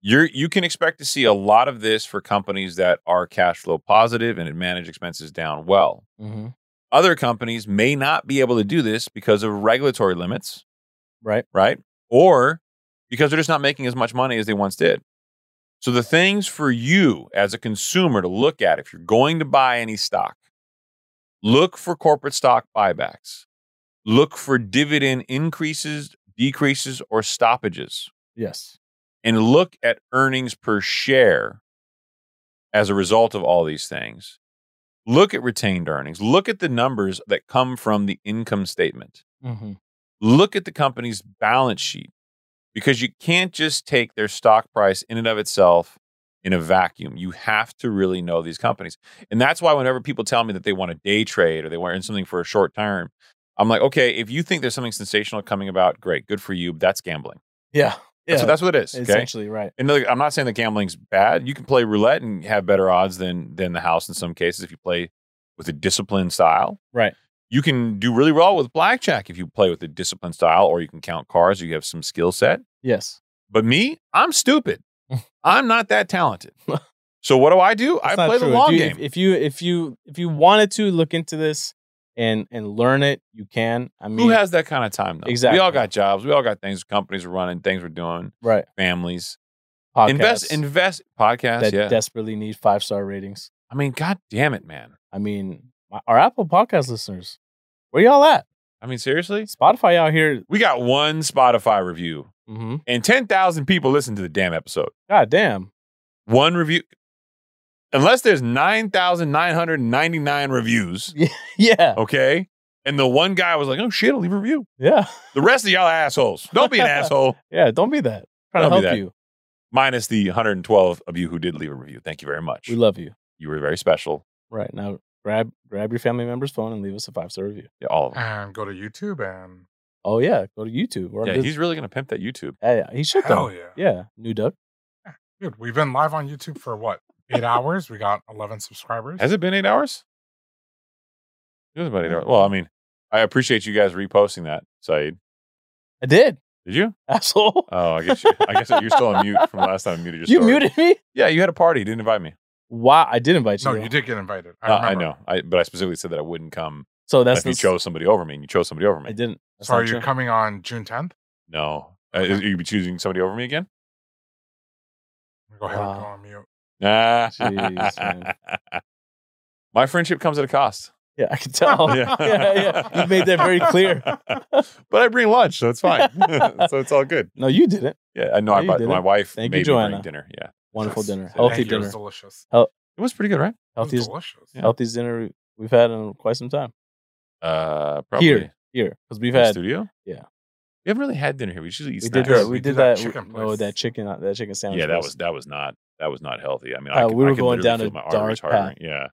S2: You're you can expect to see a lot of this for companies that are cash flow positive and manage expenses down well.
S1: Mm-hmm.
S2: Other companies may not be able to do this because of regulatory limits,
S1: Right.
S2: right? Or because they're just not making as much money as they once did. So the things for you as a consumer to look at if you're going to buy any stock, look for corporate stock buybacks. Look for dividend increases, decreases or stoppages
S1: Yes.
S2: and look at earnings per share as a result of all these things. Look at retained earnings. Look at the numbers that come from the income statement.
S1: Mm-hmm.
S2: Look at the company's balance sheet because you can't just take their stock price in and of itself in a vacuum. You have to really know these companies. And that's why whenever people tell me that they want a day trade or they want in something for a short term, I'm like, okay, if you think there's something sensational coming about, great, good for you. But that's gambling.
S1: Yeah. Yeah.
S2: That's, what, that's what it is. Okay.
S1: essentially right.
S2: And look, I'm not saying that gambling's bad. You can play roulette and have better odds than than the house in some cases if you play with a disciplined style.
S1: Right.
S2: You can do really well with blackjack if you play with a disciplined style, or you can count cards. Or you have some skill set.
S1: Yes.
S2: But me, I'm stupid. I'm not that talented. So what do I do? I
S1: That's not
S2: play the
S1: true.
S2: long
S1: if you,
S2: game.
S1: If, if you if you if you wanted to look into this and and learn it, you can. I mean,
S2: Who has that kind of time though? We all
S1: Exactly.
S2: got jobs. We all got things. Companies are running. Things we're doing.
S1: right
S2: Families.
S1: podcasts
S2: Invest. Invest. Podcasts.
S1: that
S2: yeah.
S1: desperately need five star ratings?
S2: I mean, god damn it, man.
S1: I mean, my, our Apple Podcast listeners, where y'all at?
S2: I mean, seriously.
S1: Spotify out here.
S2: We got one Spotify review,
S1: Mm-hmm.
S2: and 10,000 people listen to the damn episode.
S1: God damn.
S2: One review. Unless there's 9,999 reviews,
S1: Yeah.
S2: okay? And the one guy was like, oh shit, I'll leave a review.
S1: Yeah.
S2: The rest of y'all are assholes. Don't be an asshole.
S1: Yeah. Don't be that. Trying
S2: Don't be
S1: to
S2: that.
S1: help you.
S2: Minus the 112 of you who did leave a review. Thank you very much.
S1: We love you.
S2: you were very special.
S1: Right now, grab grab your family member's phone and leave us a five star review.
S2: Yeah, all of them.
S3: and go to YouTube and
S1: Oh yeah, go to YouTube. We're on
S2: Yeah,
S1: Dis-
S2: he's really going to pimp that YouTube.
S1: Hey, he should
S3: hell
S1: though.
S3: yeah.
S1: Yeah, new duck.
S3: dude, we've been live on YouTube for what eight hours? We got eleven subscribers.
S2: Has it been eight hours? It was about eight hours. Well, I mean, I appreciate you guys reposting that, Saeed.
S1: I did.
S2: Did you?
S1: Asshole.
S2: Oh, I guess you, I guess that you're still on mute from last time I muted your
S1: you
S2: story.
S1: muted me?
S2: Yeah, you had a party. You didn't invite me.
S1: Wow, I did invite you.
S3: No,
S1: though.
S3: you did get invited. I,
S2: Uh, I,
S3: remember.
S2: know. I but I specifically said that I wouldn't come
S1: So that's
S2: if you
S1: the-
S2: chose somebody over me, and you chose somebody over
S1: I
S2: me.
S1: didn't. That's
S3: So are
S1: not
S3: you
S1: true.
S3: coming on June 10th?
S2: No, uh, is- you be choosing somebody over me again?
S3: Go ahead and go
S1: Wow.
S3: on mute.
S2: Nah.
S1: Jeez, man.
S2: My friendship comes at a cost.
S1: yeah, I can tell. yeah. Oh, yeah, You made that very clear.
S2: but I bring lunch, so it's fine. so it's all good.
S1: no, you didn't.
S2: Yeah, I know.
S1: No,
S2: I
S1: you
S2: brought my
S1: didn't.
S2: wife.
S1: Thank you,
S2: made me bring
S1: Joanna.
S2: dinner. Yeah,
S1: Wonderful
S3: Yes.
S1: dinner.
S2: Thank
S1: Healthy
S3: Thank you, It
S1: dinner.
S3: was delicious.
S2: it was pretty good, right?
S3: It was
S1: Healthiest
S3: delicious.
S2: Yeah.
S1: healthiest dinner we've had in quite some time.
S2: Uh, probably
S1: Here. Here. Because we've
S2: in the
S1: had
S2: studio.
S1: Yeah.
S2: we haven't really had dinner here. We usually eat.
S1: we did
S2: snacks.
S1: that.
S3: Yes,
S1: We,
S3: we
S1: did
S3: did that
S1: that.
S3: chicken
S1: oh,
S3: place.
S1: that chicken that chicken sandwich.
S2: yeah, that
S1: place.
S2: was that was not that was not healthy. I mean, I
S1: Uh,
S2: could,
S1: we
S2: I
S1: were
S2: could
S1: going
S2: literally
S1: down
S2: feel
S1: a
S2: my arteries
S1: dark
S2: hardening.
S1: path.
S2: Yeah,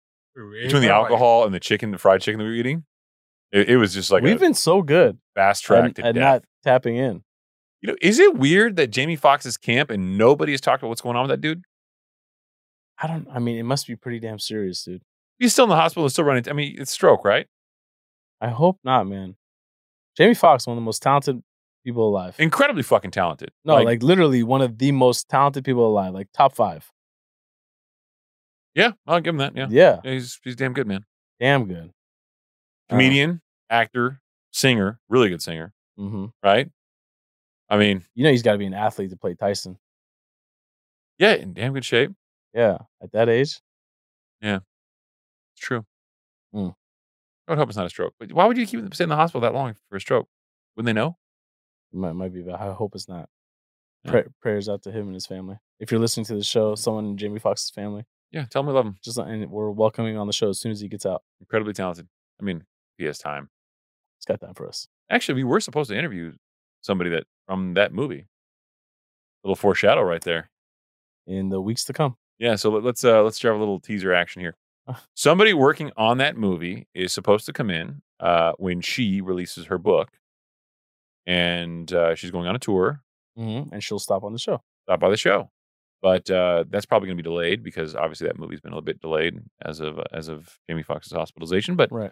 S3: We ate
S2: between the
S3: for, like,
S2: alcohol and the chicken, the fried chicken that we were eating, it, it was just like
S1: we've
S2: a
S1: been so good
S2: fast track
S1: at,
S2: to
S1: at
S2: death.
S1: not tapping in.
S2: you know, is it weird that Jamie Foxx's camp and nobody has talked about what's going on with that dude?
S1: I don't. I mean, it must be pretty damn serious, dude.
S2: He's still in the hospital and still running. I mean, it's stroke, right?
S1: I hope not, man. Jamie Foxx, one of the most talented people alive.
S2: Incredibly fucking talented.
S1: No, like, literally one of the most talented people alive, like top five.
S2: yeah, I'll give him that. Yeah,
S1: Yeah,
S2: Yeah, he's he's damn good, man.
S1: damn good. Uh,
S2: Comedian, actor, singer, really good singer,
S1: hmm
S2: right? I mean,
S1: You know, he's got to be an athlete to play Tyson.
S2: yeah, in damn good shape.
S1: Yeah, at that age.
S2: It's true.
S1: Mm.
S2: I would hope it's not a stroke. But why would you keep them stay in the hospital that long for a stroke? Wouldn't they know?
S1: Might, might be, but I hope it's not.
S2: Yeah. Mm-hmm.
S1: Pray, prayers out to him and his family. If you're listening to the show, someone in Jamie Foxx's family,
S2: Yeah, tell them we love him.
S1: just and we're welcoming on the show as soon as he gets out.
S2: Incredibly talented. I mean, he has time.
S1: It's got time for us.
S2: Actually, we were supposed to interview somebody that from that movie. Little foreshadow right there.
S1: In the weeks to come.
S2: Yeah, so let, let's uh let's drive a little teaser action here. Somebody working on that movie is supposed to come in uh when she releases her book. And uh, she's going on a tour. Mm-hmm.
S1: hmm And she'll stop on the show.
S2: stop uh, by the show. But uh, that's probably going to be delayed because obviously that movie's been a little bit delayed as of uh, as of Jamie Foxx's hospitalization. But
S1: Right.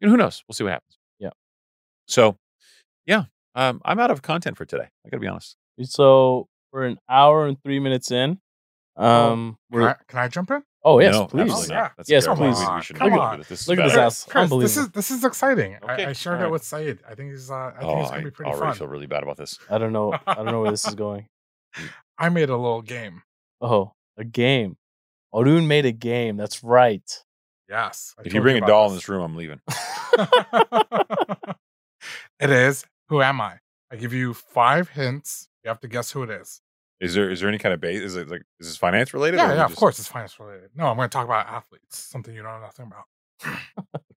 S2: you know, who knows? We'll see what happens.
S1: Yeah.
S2: So, yeah, um, I'm out of content for today. I got to be honest.
S1: So we're an hour and three minutes in. Um,
S3: Can I, can I jump in?
S1: oh yes,
S2: Oh. No,
S1: please.
S2: absolutely not. That's
S1: Yes,
S2: terrible.
S1: please.
S2: We should
S3: Come
S2: look
S3: on.
S2: at this.
S1: Look at this
S2: better.
S1: app. That's
S3: Chris, this is
S1: unbelievable.
S3: this is exciting. I-
S2: Okay,
S3: I, shared
S2: alright.
S3: it with Said. I think he's. Uh, I think
S2: Oh,
S3: it's
S2: I
S3: gonna be pretty
S2: already
S3: fun.
S2: feel really bad about this.
S1: I don't know. I don't know where this is going.
S3: I made a little game.
S1: Oh, a game. Arun made a game. That's right.
S3: Yes. I
S2: If you
S3: told
S2: bring a
S3: about
S2: doll in this room, I'm leaving.
S3: it is. Who am I? I give you five hints. You have to guess who it is.
S2: Is there is there any kind of base? Is it like is this finance related? or
S3: Yeah,
S2: we
S3: yeah, of
S2: just-
S3: course it's finance related. No, I'm going to talk about athletes, something you know nothing about.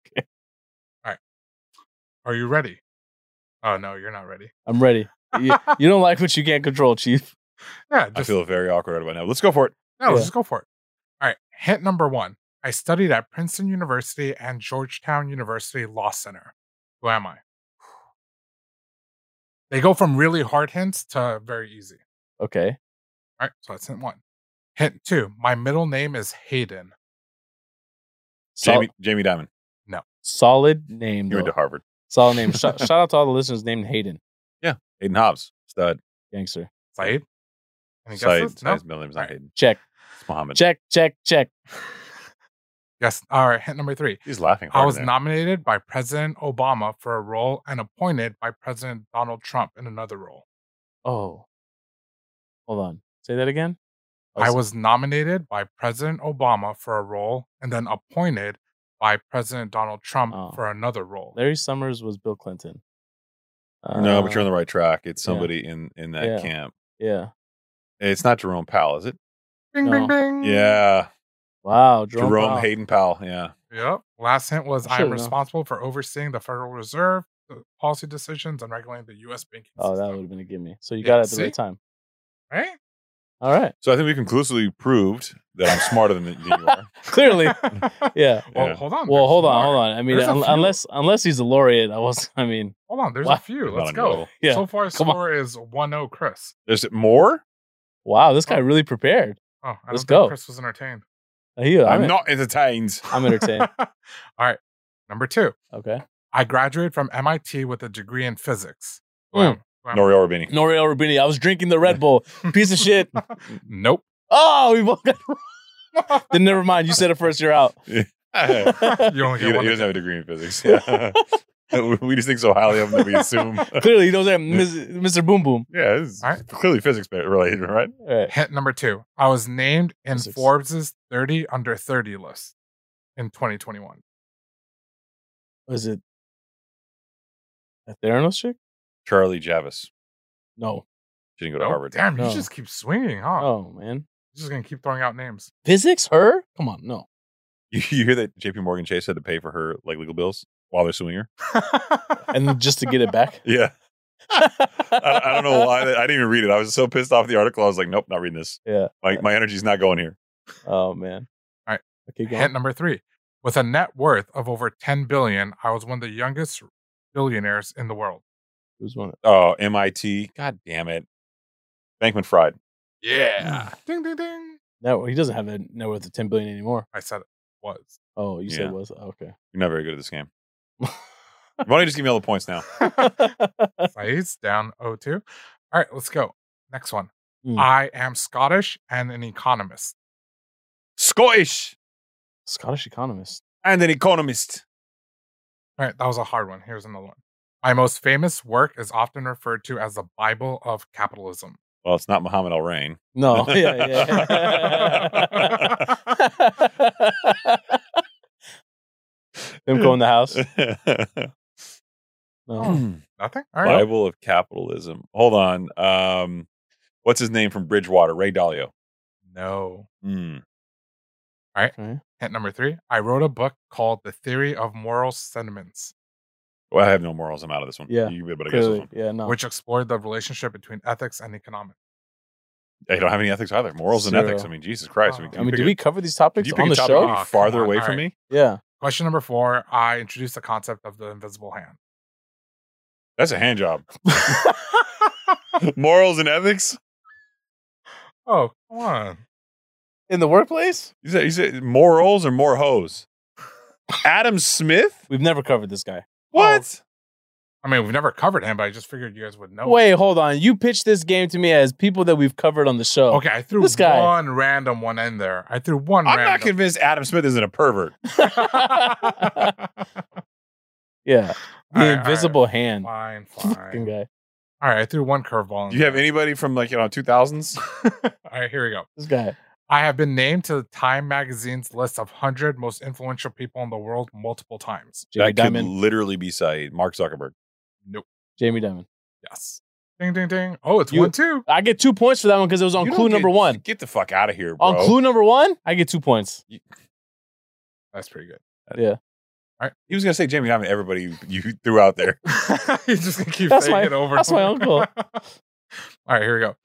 S1: Okay.
S3: All right. Are you ready? Oh no, you're not ready.
S1: I'm ready. you, you don't like what you can't control, Chief.
S3: Yeah,
S2: I
S3: just
S2: feel very awkward right about now. Let's go for it.
S3: no, let's
S1: yeah.
S3: just go for it. All right. Hint number one. I studied at Princeton University and Georgetown University Law Center. Who am I? They go from really hard hints to very easy.
S1: Okay.
S3: All right, so that's hint one. Hint two, my middle name is Hayden.
S1: Sol-
S2: Jamie Jamie Diamond.
S1: Solid name.
S2: You went
S1: Though.
S2: to Harvard.
S1: Solid name. shout, shout out to all the listeners named Hayden,
S2: Hayden Hobbs. Stud.
S1: gangster.
S3: Saeed? Any
S2: Said.
S3: guesses? No?
S2: Said's middle name's not Hayden.
S1: Check,
S2: It's Muhammad.
S1: check, check, check.
S3: Yes. All right, hint number three.
S2: He's laughing.
S3: I
S2: hard
S3: was
S2: there.
S3: nominated by President Obama for a role and appointed by President Donald Trump in another role.
S1: Oh, hold on. Say that again.
S3: I was nominated by President Obama for a role and then appointed by President Donald Trump
S1: Oh.
S3: for another role.
S1: Larry Summers was Bill Clinton.
S2: No, but
S1: Uh,
S2: you're on the right track. It's somebody in in that
S1: Yeah.
S2: camp.
S1: Yeah.
S2: It's not Jerome Powell, is it?
S3: Bing,
S1: No.
S3: bing, bing.
S2: Yeah,
S1: Wow.
S2: Jerome,
S1: Powell.
S2: Hayden Powell. Yeah,
S3: Yep. Last hint was
S1: I
S3: I
S1: should've
S3: am
S1: known.
S3: responsible for overseeing the Federal Reserve, the policy decisions, and regulating the U.S. banking
S1: Oh, that
S3: system.
S1: would have been a gimme. So you
S3: Yeah,
S1: got it at the
S3: see?
S1: right time.
S3: Right?
S1: All right.
S2: so I think we conclusively proved that I'm smarter than, than you are.
S1: Clearly. Yeah.
S3: Well,
S2: Yeah.
S3: hold on.
S1: Well,
S3: there's
S1: hold on,
S3: more.
S1: hold on. I mean,
S3: There's a
S1: un-
S3: few.
S1: unless unless he's a laureate, I was. I mean,
S3: Hold on. There's a
S1: What?
S3: few.
S2: Not
S3: Let's
S2: on your
S3: go.
S2: level.
S1: Yeah.
S3: So far,
S1: Come on.
S3: score is 1 0 Chris.
S2: There's more.
S1: wow, this guy really prepared.
S3: Oh, I don't
S1: Let's
S3: think
S1: go.
S3: Chris was entertained.
S1: He, I'm,
S2: I'm
S1: en-
S2: not entertained.
S1: I'm entertained.
S3: All right. Number two.
S1: Okay.
S3: I graduated from MIT with a degree in physics.
S1: Hmm.
S3: Wow. Wow.
S2: Nori Orbini.
S1: Noriel Rubini. I was drinking the Red Bull. Piece of shit.
S3: Nope.
S1: Oh, we both got it wrong. Then never mind. You said it first. You're out.
S2: he,
S3: You only
S2: he
S3: get one.
S2: doesn't have a degree in physics. Yeah. we just think so highly of him that we assume.
S1: Clearly, he knows that Mr. Boom Boom.
S2: yeah, this is
S3: All right.
S2: clearly physics related, right?
S1: All right.
S3: Hint number two. I was named in
S1: Physics.
S3: Forbes' 30 under 30 list in 2021.
S1: Was it that Theranos chick?
S2: Charlie Javis.
S1: No.
S2: She didn't go to
S3: Nope.
S2: Harvard.
S3: Oh, Damn,
S1: No.
S3: you just keep swinging, huh?
S1: Oh man.
S3: You're just going to keep throwing out names.
S1: Physics? Her? Come on. No.
S2: You, you hear that J.P. Morgan Chase had to pay for her like legal bills while they're suing her?
S1: And just to get it back.
S2: Yeah, I, I don't know why. that- I didn't even read it. I was so pissed off at the article. I was like, nope, not reading this.
S1: Yeah.
S2: My my energy's not going here.
S1: Oh man.
S3: All right.
S1: Okay. Go
S3: Hint number three. With a net worth of over 10 billion, I was one of the youngest billionaires in the world.
S1: Who's one?
S2: Oh, MIT. God damn it. Bankman Fried.
S3: Yeah. Mm. ding ding ding.
S1: No, he doesn't have a net worth of ten billion anymore.
S3: I said it was.
S1: Oh, you
S2: Yeah.
S1: said was okay.
S2: You're not very good at this game. Why don't you just give me all the points now?
S3: Saeed's down 02. All right, let's go. Next one.
S1: Hmm.
S3: I am Scottish and an economist.
S2: Scottish
S1: Scottish economist.
S2: and an economist.
S3: All right, that was a hard one. Here's another one. My most famous work is often referred to as the Bible of capitalism.
S2: Well, it's not Muhammad Al Rain.
S1: No, yeah, yeah. Him go in the house. No.
S3: Nothing? All right.
S2: Bible of Capitalism. Hold on. Um, what's his name from Bridgewater? Ray Dalio.
S3: No.
S2: Hmm.
S1: Okay.
S3: Hint number three. I wrote a book called The Theory of Moral Sentiments,
S2: Well, I have no morals. I'm out of this one.
S1: Yeah,
S2: You be able to guess this
S1: Clearly,
S2: one.
S1: yeah, no.
S3: which explored the relationship between ethics and economics.
S2: I don't have any ethics either. Morals and
S1: Zero.
S2: ethics. I mean, Jesus Christ.
S3: Wow.
S1: I mean,
S2: do
S1: did we cover these topics
S2: you pick
S1: on
S2: a
S1: the
S2: topic
S1: show?
S2: any
S3: Oh,
S2: farther
S3: come on.
S2: away
S3: All
S2: from
S3: right.
S2: me?
S1: Yeah.
S3: Question number four. I introduced the concept of the invisible hand.
S2: That's a hand job. morals and ethics?
S3: Oh, come on.
S1: In the workplace?
S2: You said, you said morals or more hoes? Adam Smith?
S3: Oh,
S1: We've never covered this guy.
S2: What?
S3: I mean, we've never covered him, but I just figured you guys would know.
S1: Wait, hold on. You pitched this game to me as people that we've covered on the show.
S3: Okay, I threw
S1: This guy.
S3: one random one in there. I threw one
S2: I'm not
S3: random.
S2: convinced Adam Smith isn't a pervert.
S1: yeah. The
S3: All right, all right.
S1: invisible hand.
S3: Fine,
S1: Fucking
S3: fine.
S1: guy.
S3: All right, I threw one curveball.
S2: Do
S3: in
S2: you have
S3: there.
S2: anybody from like you know 2000s?
S3: All right, here we go.
S1: This guy.
S3: I have been named to the Time magazine's list of 100 most influential people in the world multiple times.
S1: Jamie
S2: that could
S1: Diamond.
S2: literally be Saeed, Mark Zuckerberg.
S1: Jamie Diamond.
S3: Yes. Ding, ding, ding. Oh, it's
S1: You-
S3: one, two.
S1: I get two points for that one because it was on
S2: You don't
S1: clue
S2: get-
S1: number one.
S2: Get the fuck out of here, bro.
S1: On clue number one, I get two points.
S3: That's pretty good.
S2: He was gonna say Jamie Diamond. Everybody you- you threw out there.
S3: You're just going to keep
S1: That's
S3: saying
S1: my-
S3: it over.
S1: that's
S3: and
S1: my
S3: over. All right, here we go.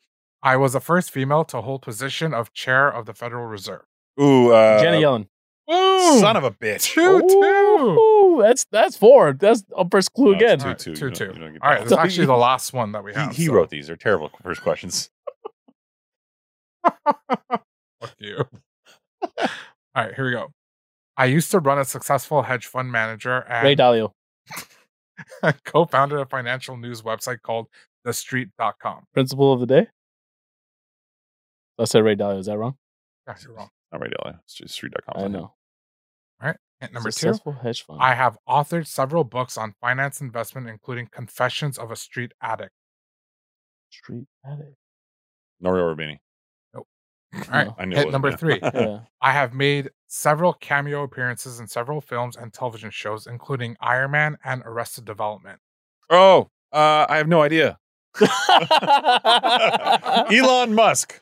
S3: I was the first female to hold position of chair of the Federal Reserve.
S2: Ooh, uh,
S1: Jenny Yellen.
S3: Boom!
S2: son of a bitch.
S3: two,
S2: Oh.
S3: two.
S1: Ooh, that's that's four. That's our first clue
S2: No, it's
S1: again.
S2: two.
S3: Alright,
S2: you
S3: two,
S2: don't-
S3: two.
S2: you don't get
S3: All right,
S2: that.
S3: this is actually the last one that we have.
S2: he he
S3: so
S2: wrote these. They're terrible first questions.
S3: Fuck you. All right, here we go. I used to run a successful hedge fund manager
S1: Ray
S3: and
S1: Dalio.
S3: co-founded a financial news website called thestreet.com.
S1: Principal of the day. I said Ray Dalio. Is that wrong?
S3: Yeah, you're wrong.
S2: All right, Dylan. It's just street.com.
S1: I know.
S3: Hint number two.
S1: Successful hedge fund.
S3: I have authored several books on finance investment, including Confessions of a Street Addict.
S1: Street addict.
S2: Norio Rubini.
S3: All right.
S1: No.
S2: I knew it
S3: Hit
S2: wasn't
S3: number
S2: him.
S3: three.
S1: Yeah.
S3: I have made several cameo appearances in several films and television shows, including Iron Man and Arrested Development.
S2: oh, uh, I have no idea. Elon Musk.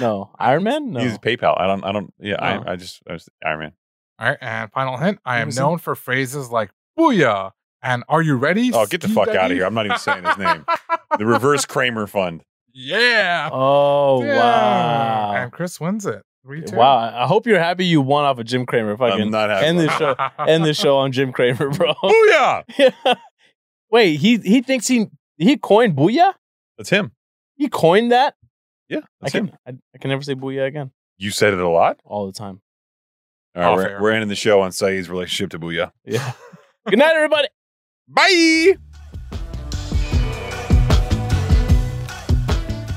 S1: no. Iron Man? No.
S2: He's PayPal. I don't. I don't. Yeah.
S1: No.
S2: I, I just. I was Iron Man.
S3: All right. And final hint I
S2: Who
S3: am
S2: was he?
S3: known for phrases like booyah and are you ready?
S2: Oh, get the fuck
S3: Steve
S2: outta
S3: Duddy?"
S2: here. I'm not even saying his name. The reverse Kramer fund.
S3: yeah.
S1: oh
S3: Yeah.
S1: wow.
S3: And Chris wins it. Three, two.
S1: Wow. I hope you're happy you won off of Jim Kramer.
S2: I'm
S1: Fucking
S2: not having.
S1: end
S2: one.
S1: the show end the show on Jim Kramer, bro.
S2: Booyah!
S1: Wait, he he thinks he he coined booyah?
S2: That's him.
S1: He coined that?
S2: Yeah,
S1: I
S2: that's him.
S1: can I, I can never say booyah again.
S2: You said it a lot.
S1: All the time.
S2: All
S1: Oh,
S2: right,
S3: Off
S2: we're,
S3: air.
S2: we're ending the show on Saeed's relationship to Booyah.
S1: Yeah. Good night, everybody.
S2: Bye.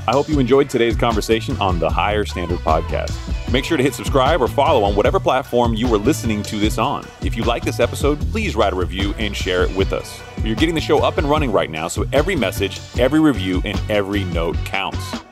S4: I hope you enjoyed today's conversation on the Higher Standard Podcast. Make sure to hit subscribe or follow on whatever platform you are listening to this on. If you like this episode, please write a review and share it with us. You're getting the show up and running right now, so every message, every review, and every note counts.